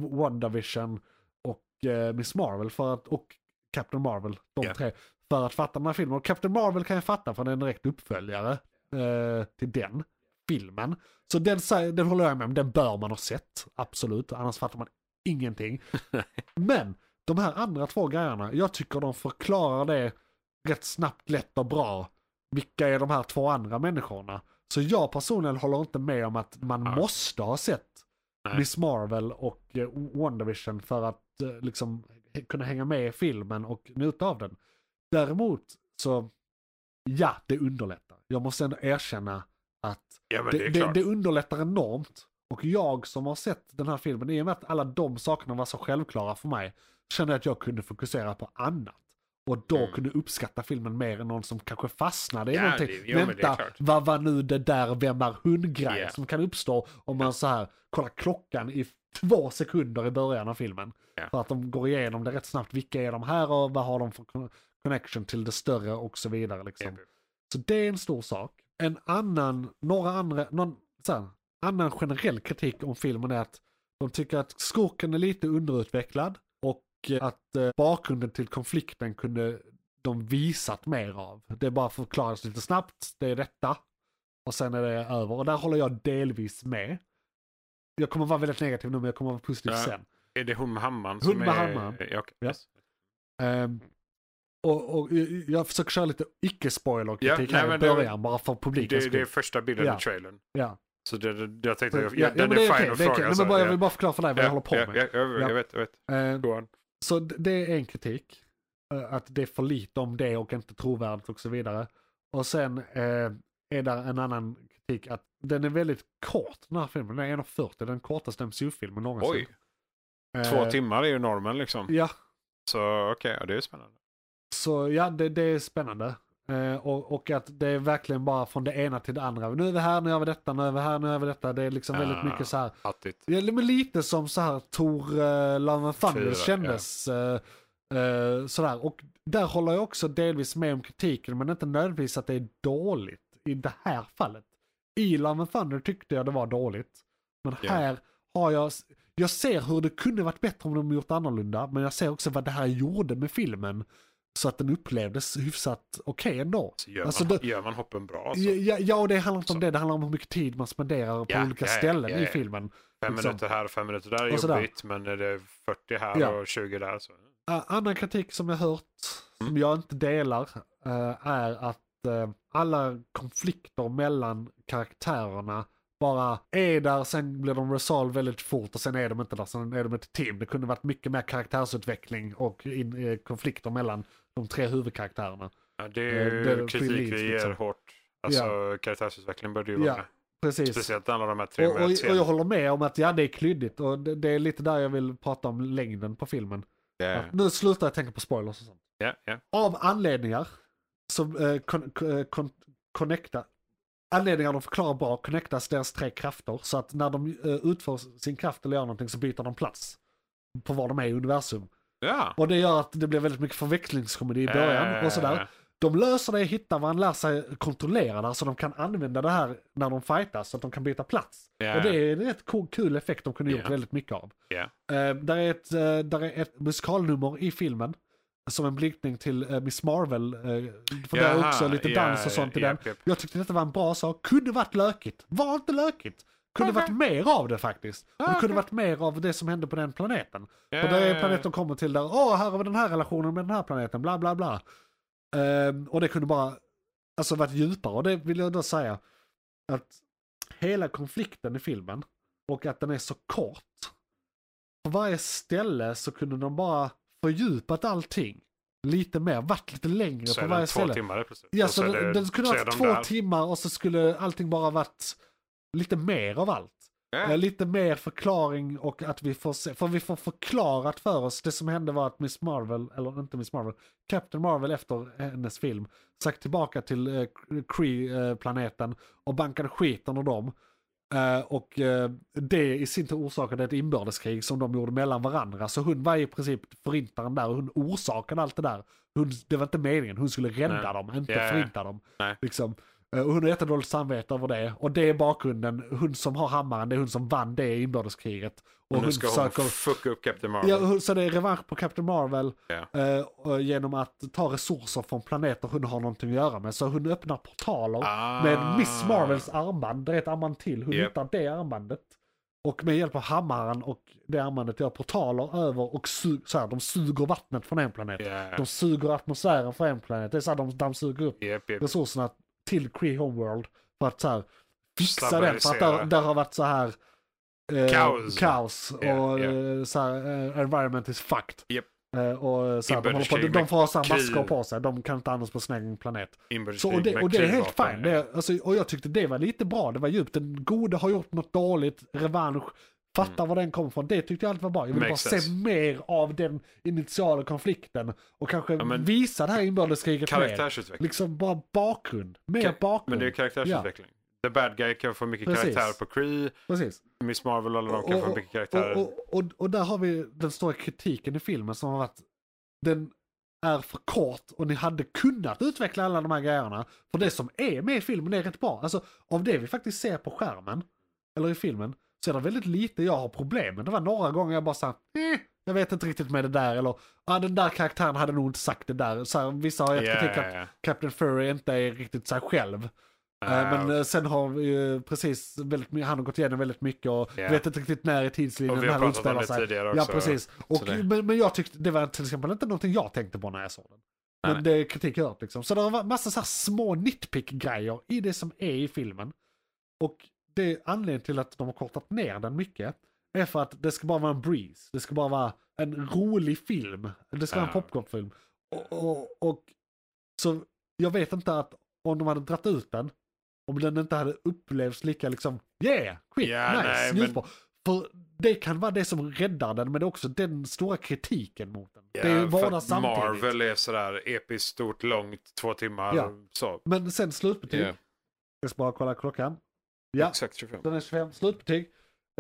WandaVision och eh, Miss Marvel för att, och Captain Marvel, de Ja. tre, för att fatta den här filmen. Och Captain Marvel kan jag fatta för den är en direkt uppföljare eh, till den filmen. Så den, säger- den håller jag med om, den bör man ha sett, absolut, annars fattar man ingenting. Men de här andra två grejerna, jag tycker de förklarar det rätt snabbt, lätt och bra. Vilka är de här två andra människorna? Så jag personligen håller inte med om att man Nej. måste ha sett Nej. Miss Marvel och eh, WandaVision för att eh, liksom h- kunna hänga med i filmen och njuta av den. Däremot så, ja, det underlättar. Jag måste ändå erkänna att Ja, men det, det, är det, klart. det underlättar enormt. Och jag som har sett den här filmen, i och med att alla de sakerna var så självklara för mig, kände att jag kunde fokusera på annat. Och då Mm. kunde uppskatta filmen mer än någon som kanske fastnade i Ja, någonting. det- jo, men det är Vänta, klart. vad var nu det där vem är hundgrejen Ja. som kan uppstå om man så här kollar klockan i två sekunder i början av filmen. Ja. För att de går igenom det rätt snabbt. Vilka är de här och vad har de för con- connection till det större och så vidare. Liksom. Japp. Så det är en stor sak. En annan, några andra, någon så här, annan generell kritik om filmen är att de tycker att skurken är lite underutvecklad och eh, att eh, bakgrunden till konflikten kunde de visat mer av. Det bara förklaras lite snabbt, det är detta. Och sen är det över. Och där håller jag delvis med. Jag kommer vara väldigt negativ nu men jag kommer vara positiv Ja. sen. Är det hon med hammaren Hon som med är... hammaren. Ja, okej. Ja. Ehm, och, och jag- jag försöker köra lite icke-spoiler-kritik Ja, nej, här i men det- början bara för publikens Det, det är skull. första bilden Ja. i trailern. Ja. Så det, det, jag tänkte, Ja, jag, ja, den men är, det är fin okej, att det är okej. fråga. Nej, så- men bara, jag ja. vill bara förklara för dig vad jag Ja, håller på ja, med. Ja, jag, Ja. jag vet, jag vet. Ehm, Go on. Så d- det är en kritik. eh, Att det är för lite om det och inte trovärdigt och så vidare. Och sen eh, är där en annan kritik att den är väldigt kort den här filmen. Den är 1.40, den kortaste MCU-filmen någonsin. Oj, två Eh, timmar är ju normen liksom. Ja, Så okej, ja, det är spännande. så ja det, det är spännande. Eh, och, och att det är verkligen bara från det ena till det andra. Nu är vi här, nu gör vi detta, nu är vi här, nu gör vi detta. Det är liksom väldigt Ah. mycket så här. Hattigt. Ja, men lite som så här Tor uh, Love and Thunder Fyra, kändes. eh, eh, sådär. Och där håller jag också delvis med om kritiken, men inte nödvändigtvis att det är dåligt i det här fallet. I Love and Thunder tyckte jag det var dåligt. Men Ja. här har jag, jag ser hur det kunde varit bättre om de gjort annorlunda, men jag ser också vad det här gjorde med filmen. Så att den upplevdes hyfsat okej ändå. Så gör, Alltså, man, det- gör man hoppen bra alltså. Ja, ja, ja, och det handlar inte om Så. det, det handlar om hur mycket tid man spenderar på Ja, olika ja, ja, ställen ja, i ja. filmen. Fem liksom. minuter här, fem minuter där är Och sådär. jobbigt. Men är det 40 här Ja. och 20 där så. Eh, annan kritik som jag hört, Mm. som jag inte delar, eh, är att eh, alla konflikter mellan karaktärerna bara är där, sen blir de resolve väldigt fort och sen är de inte där, sen är de ett team. Det kunde varit mycket mer karaktärsutveckling och in, eh, konflikter mellan de tre huvudkaraktärerna. Ja, det Eh, är ju det är kritik vi skiljelinjer, ger liksom. hårt. Alltså karaktärsutveckling började ju vara Ja, med. Precis. Speciellt alla de här tre Och, och, och möts igen. jag håller med om att ja, det är klyddigt och det, det är lite där jag vill prata om längden på filmen. Ja, Att nu slutar jag tänka på spoilers och sånt. ja, ja. av anledningar som eh, kon, kon, kon, connecta, anledningar de förklarar bra connectas deras tre krafter så att när de eh, utför sin kraft eller gör någonting så byter de plats på var de är i universum. ja. Och det gör att det blir väldigt mycket förväxlingskomedi i början Eh, och sådär. De löser det, hittar varandra, lär sig kontrollera det så de kan använda det här när de fightas så att de kan byta plats. Ja. Och det är en rätt cool, kul effekt de kunde gjort Ja. väldigt mycket av. Ja. Eh, där, är ett, eh, där är ett musikalnummer i filmen. Som en blinkning till eh, Miss Marvel. eh, för där är Jaha, också lite ja, dans och sånt i ja, den. japp, japp. Jag tyckte detta var en bra sak. Kunde varit lökigt. Var inte lökigt. Kunde varit mer av det faktiskt. Och det kunde varit mer av det som hände på den planeten. Ja, För det är ja, en ja. planet de kommer till där, åh, här har vi den här relationen med den här planeten, bla bla bla. Ehm, och det kunde bara, alltså varit djupare. Och det vill jag då säga, att hela konflikten i filmen, och att den är så kort. På varje ställe så kunde de bara fördjupat allting lite mer, varit lite längre Så på är den varje två ställe. timmar helt plötsligt. Ja, Och så är den, det- den kunde så ha är haft de två där. timmar och så skulle allting bara varit lite mer av allt. Ja. Eh, Lite mer förklaring och att vi får se, för vi får förklarat för oss, det som hände var att Miss Marvel, eller inte Miss Marvel, Captain Marvel efter hennes film, sagt tillbaka till eh, Cree-planeten och bankade skiten ur dem. Eh, och eh, det i sin tur orsakade ett inbördeskrig som de gjorde mellan varandra. Så hon var i princip förintaren där och hon orsakade allt det där. Hon, det var inte meningen, hon skulle rädda Nej. dem, inte Ja, ja. förinta dem. Nej. Liksom. Eh, Och hon har jättedåligt samvete över det. Och det är bakgrunden. Hon som har hammaren, det är hon som vann det inbördeskriget. Och Nu hon ska försöker... hon fucka upp Captain Marvel. Ja, hon- så det är revansch på Captain Marvel Ja. eh, och genom att ta resurser från planeter hon har någonting att göra med. Så hon öppnar portaler Ah. med Miss Marvels armband. Det är ett armband till. Hon Japp. hittar det armbandet. Och med hjälp av hammaren och det armbandet gör portaler över och su- så här, de suger vattnet från en planet. Yeah. De suger atmosfären från en planet. Det är så här, de dammsuger upp Yep, yep. resurserna till Cree Homeworld för att så här, fixa den. För att Stabilisera. där, där har varit så här eh, Kaos. kaos och Ja, ja. eh, så här, eh, environment is fucked. Japp. Eh, och så här, de, håller på, de, Inbördeskrig de får ha så här med masker krig. på sig, de kan inte andas på sin egen planet. Så, Inbördeskrig och, det, med och det är helt klyvvapen, fine. Det, är- alltså, och jag tyckte det var lite bra, det var djupt. Den gode har gjort något dåligt, revansch. Fatta var den kom ifrån. Det tyckte jag allt var bra. Jag vill bara Mm. Makes se sense. mer av den initiala konflikten. Och kanske Ja, men- visa det här inbördeskriget mer. Karaktärsutveckling. Liksom bara bakgrund. Mer Ka- bakgrund. Men det är karaktärsutveckling. The bad guy kan få mycket Precis. karaktär på Cree. Precis. Miss Marvel alla de kan få mycket karaktärer. Och, och, och, och där har vi den stora kritiken i filmen som har varit den är för kort och ni hade kunnat utveckla alla de här grejerna. För det som är med i filmen är rätt bra. Alltså av det vi faktiskt ser på skärmen, eller i filmen, så är det väldigt lite jag har problem med. Det var några gånger jag bara sa eh, jag vet inte riktigt med det där eller ah, den där karaktären hade nog inte sagt det där. Så här, vissa har gett Ja, kritik ja, att ja. Captain Fury inte är riktigt sig själv. Eh, Ah, Men okej. eh, sen har vi ju precis, väldigt, my- han har gått igenom väldigt mycket och Ja. vet inte riktigt när i tidslinjen Och vi den har här pratat om utspelar det sig. tidigare också. Ja, precis. Och, det- men, men jag tyckte, det var till exempel inte någonting jag tänkte på när jag såg den. Men det är kritik jag hört liksom. Så det var massa så här små nitpick-grejer i det som är i filmen. Och det är anledningen till att de har kortat ner den mycket. Är för att det ska bara vara en breeze. Det ska bara vara en rolig film. Det ska vara en Ja. popcornfilm. Och, och, och så jag vet inte att om de hade dratt ut den, om den inte hade upplevts lika liksom, yeah, quick, Ja, nej, nice, men- njutbar. För det kan vara det som räddar den, men det är också den stora kritiken mot den. det är ju Ja, för båda att samtidigt. Marvel är sådär episkt, stort, långt, två timmar. Ja. Så. Men sen slutbetyg, Ja. jag ska bara kolla klockan. Ja, Exakt 25. den är 25, slutbetyg.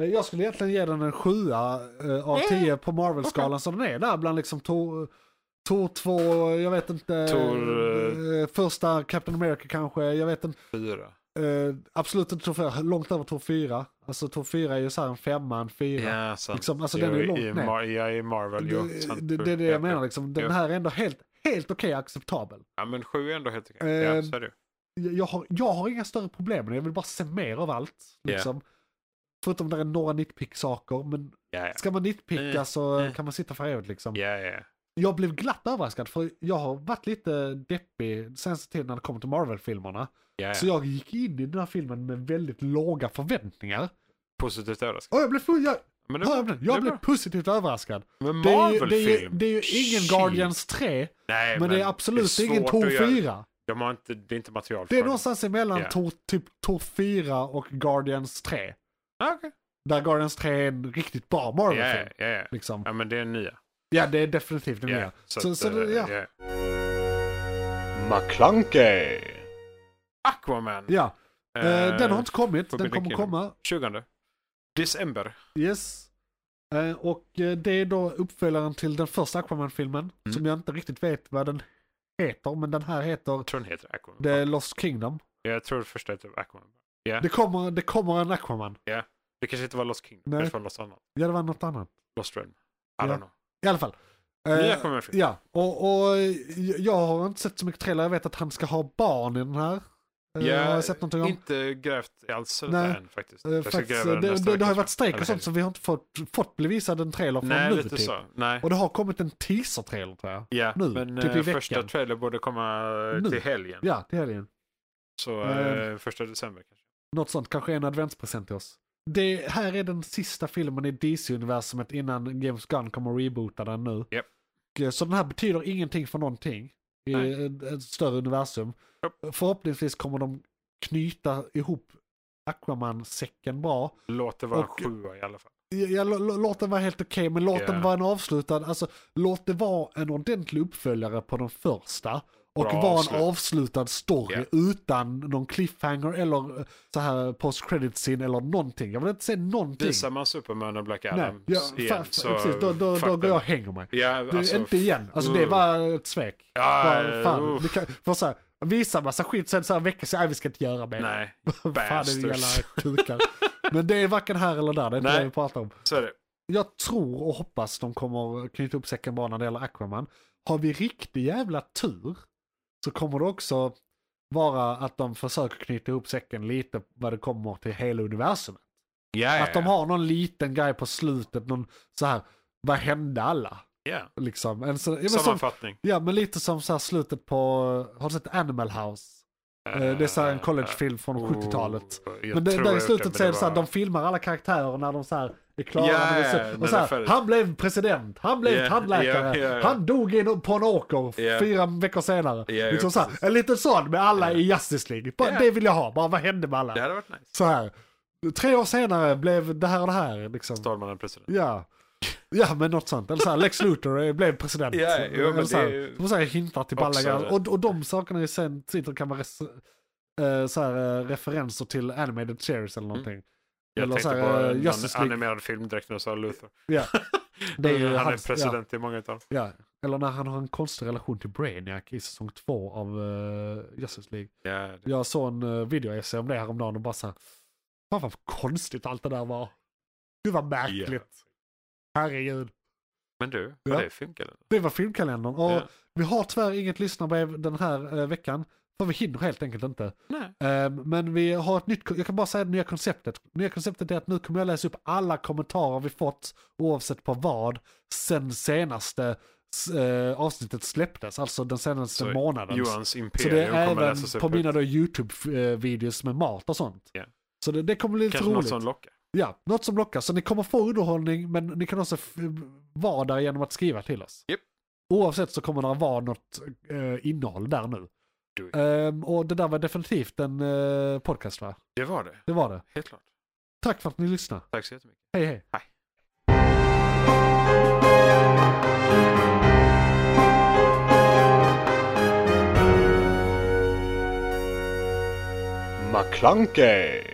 Eh, Jag skulle egentligen ge den en 7 eh, av 10 på Marvel-skalan som den är där bland liksom Tor, Tor 2, jag vet inte, Tor, eh, första Captain America kanske, jag vet inte. Fyra. Eh, absolut inte Tor 4, långt över Tor 4. Alltså Tor 4 är ju så här en femma, en fyra. Ja, sant. Liksom, alltså, den är Jo, ju långt i, ner. Mar- ja, i Marvel. Jo, sant. det, det, det är det jag menar, liksom. den Ja. här är ändå helt, helt okej acceptabel. Ja, men sju är ändå helt okej. Ja, Ehm, så är det ju. Jag jag har, jag har inga större problem med det, jag vill bara se mer av allt. Liksom. Förutom där är några nitpick-saker, men Ja, ja. ska man nitpicka Mm, så mm. kan man sitta för evigt liksom. Ja, ja. Jag blev glatt överraskad för jag har varit lite deppig senaste tiden när det kommer till Marvel-filmerna. ja, ja. Så jag gick in i den här filmen med väldigt låga förväntningar. Positivt överraskad. Och jag blev, full, jag, Men det, hör jag det blev, jag är blev bra. positivt överraskad. Men Det är, ju, Marvel-film. det, är ju, det är ju ingen Shit. Guardians 3, Nej, men, det är absolut det är ingen svårt Tor att göra. 4. De har inte, det är inte material Det är för dem. någonstans emellan Ja. Tor, typ Tor 4 och Guardians 3. Ah, okej. Där Guardians 3 är en riktigt bra Ja, Marvel-film. ja, ja, ja. Liksom. Ja, men det är nya. Ja, det är definitivt den Ja, nya. Så, att, så, eh, ja. ja. McClunkey. Aquaman. ja. Eh, Eh, den har inte kommit, den Forbidden kommer Kingdom. komma. 20. December. Yes. Eh, och eh, det är då uppföljaren till den första Aquaman-filmen. Mm. Som jag inte riktigt vet vad den heter, men den här heter Jag tror den heter Aquaman. The Lost Kingdom. Jag tror det första heter Aquaman. Det kommer, det kommer en Aquaman. Det kanske inte var Lost Kingdom. Nej. Det kanske var Lost annat. Ja, det var något annat. Lost Realm. I Ja. don't know. I alla fall. Ny Eh, Aquaman-film. ja, och, och jag- jag har inte sett så mycket trailer. Jag vet att han ska ha barn i den här. Eh, Ja, har jag sett någonting om. Inte grävt alls Nej. där än faktiskt. Eh, Jag ska faktiskt, gräva det, den nästa det, det vecka, har ju tror varit strejk jag. och Eller sånt så helg. vi har inte fått, fått bli visad en trailer från Nej, nu. lite typ. så. Nej. Och det har kommit en teaser-trailer tror jag. Ja, nu, men typ i eh, första veckan. trailer borde komma eh, Nu. till helgen. Ja, det är det ju. Så Eh. eh, första december kanske. Något sånt, kanske en adventspresent till oss. Det här är den sista filmen i DC-universumet innan James Gunn kommer att reboota den nu. Japp. Och, eh, Så den här betyder ingenting för någonting i Nej. ett, ett större universum. Japp. Förhoppningsvis kommer de knyta ihop Aquaman-säcken bra. Låt det vara en Och- sjua i alla fall. Ja, Ja, lå- lå- låt den vara helt okej, men låt Ja. den vara en avslutad, alltså låt det vara en ordentlig uppföljare på den första. Och Bra vara avslut. en avslutad story Ja. utan någon cliffhanger eller eh, så här post credit scene eller någonting. Jag vill inte se någonting. Visar man Superman och Black Nej, Adam ja, igen fa- så... precis, då, då, fuck då går them. jag och hänger mig. Ja, Du, alltså, inte igen, alltså det uh. var ett svek. Ja, uh, Bara, fan, uff. du kan, för så här, visa massa skit sen så här en vecka sen, nej vi ska inte göra mer. Nej, [laughs] fan det är bastards. jävla kukar. Men det är varken här eller där, det är inte Nej. det vi pratar om. så är det. Jag tror och hoppas de kommer knyta upp säcken bra när det gäller Aquaman. Har vi riktig jävla tur så kommer det också vara att de försöker knyta ihop säcken lite vad det kommer till hela universumet. Ja, ja, Att de ja. har någon liten grej på slutet, någon så här, vad hände alla? Ja. Liksom. En så, ja, men som, Sammanfattning. ja, men lite som så här slutet på, har du sett Animal House? Eh, Det är så här en collegefilm från Oh. 70-talet. Men det, där i slutet så är det så här, de filmar alla karaktärer när de så här är klara. Ja, med det, så, ja, när och så det är här, färdigt. han blev president, han blev Ja, tandläkare, ja, ja, ja. han dog in på en åker Ja. fyra veckor senare. Ja, ja, liksom så här, precis. en liten sån med alla Ja. i Justice League. Bara, Ja. Det vill jag ha, bara vad hände med alla? Det hade varit nice. Så här, tre år senare blev det här och det här. Liksom. Stålmannen president. Ja. Ja men något sånt. Eller såhär, Lex Luthor eh, blev president. Ja, jo, men Eller det såhär, är ju De såhär hintar till alla också grejer. det. Och, och de sakerna i sen sitter kan vara res, eh, såhär, eh, referenser till animated series Mm. eller någonting. Jag Eller tänkte såhär, på eh, en Justice League. animerad film direkt när jag sa Luther. Ja. det är, ju han hans- är president i många utav dem. Ja, ja. Eller när han har en konstig relation till Brainiac i säsong två av eh, Justice League. Ja, det- Jag såg en uh, video om det häromdagen och bara såhär, fan vad konstigt allt det där var. Gud vad märkligt. Herregud. Men du, Ja. var det filmkalendern? Det var filmkalendern. Och Ja. Vi har tyvärr inget lyssnarbrev den här eh, veckan. För vi hinner helt enkelt inte. Nej. Eh, men vi har ett nytt, jag kan bara säga det nya konceptet. Nya konceptet är att nu kommer jag läsa upp alla kommentarer vi fått, oavsett på vad, sen senaste eh, avsnittet släpptes. Alltså den senaste Så månaden. Johans Så det imperium är kommer även läsas upp. på mina då YouTube-videos med mat och sånt. Ja. Så det, det kommer bli lite Kanske något roligt. som lockar. Ja, något som lockar. Så ni kommer få underhållning, men ni kan också f- vara där genom att skriva till oss. Japp. Oavsett så kommer det vara något eh, innehåll där nu. Do it. Ehm, och det där var definitivt en eh, podcast va? Det var det, Det var det. helt klart. Tack för att ni lyssnade. Tack så jättemycket. Hej hej. McClunkey!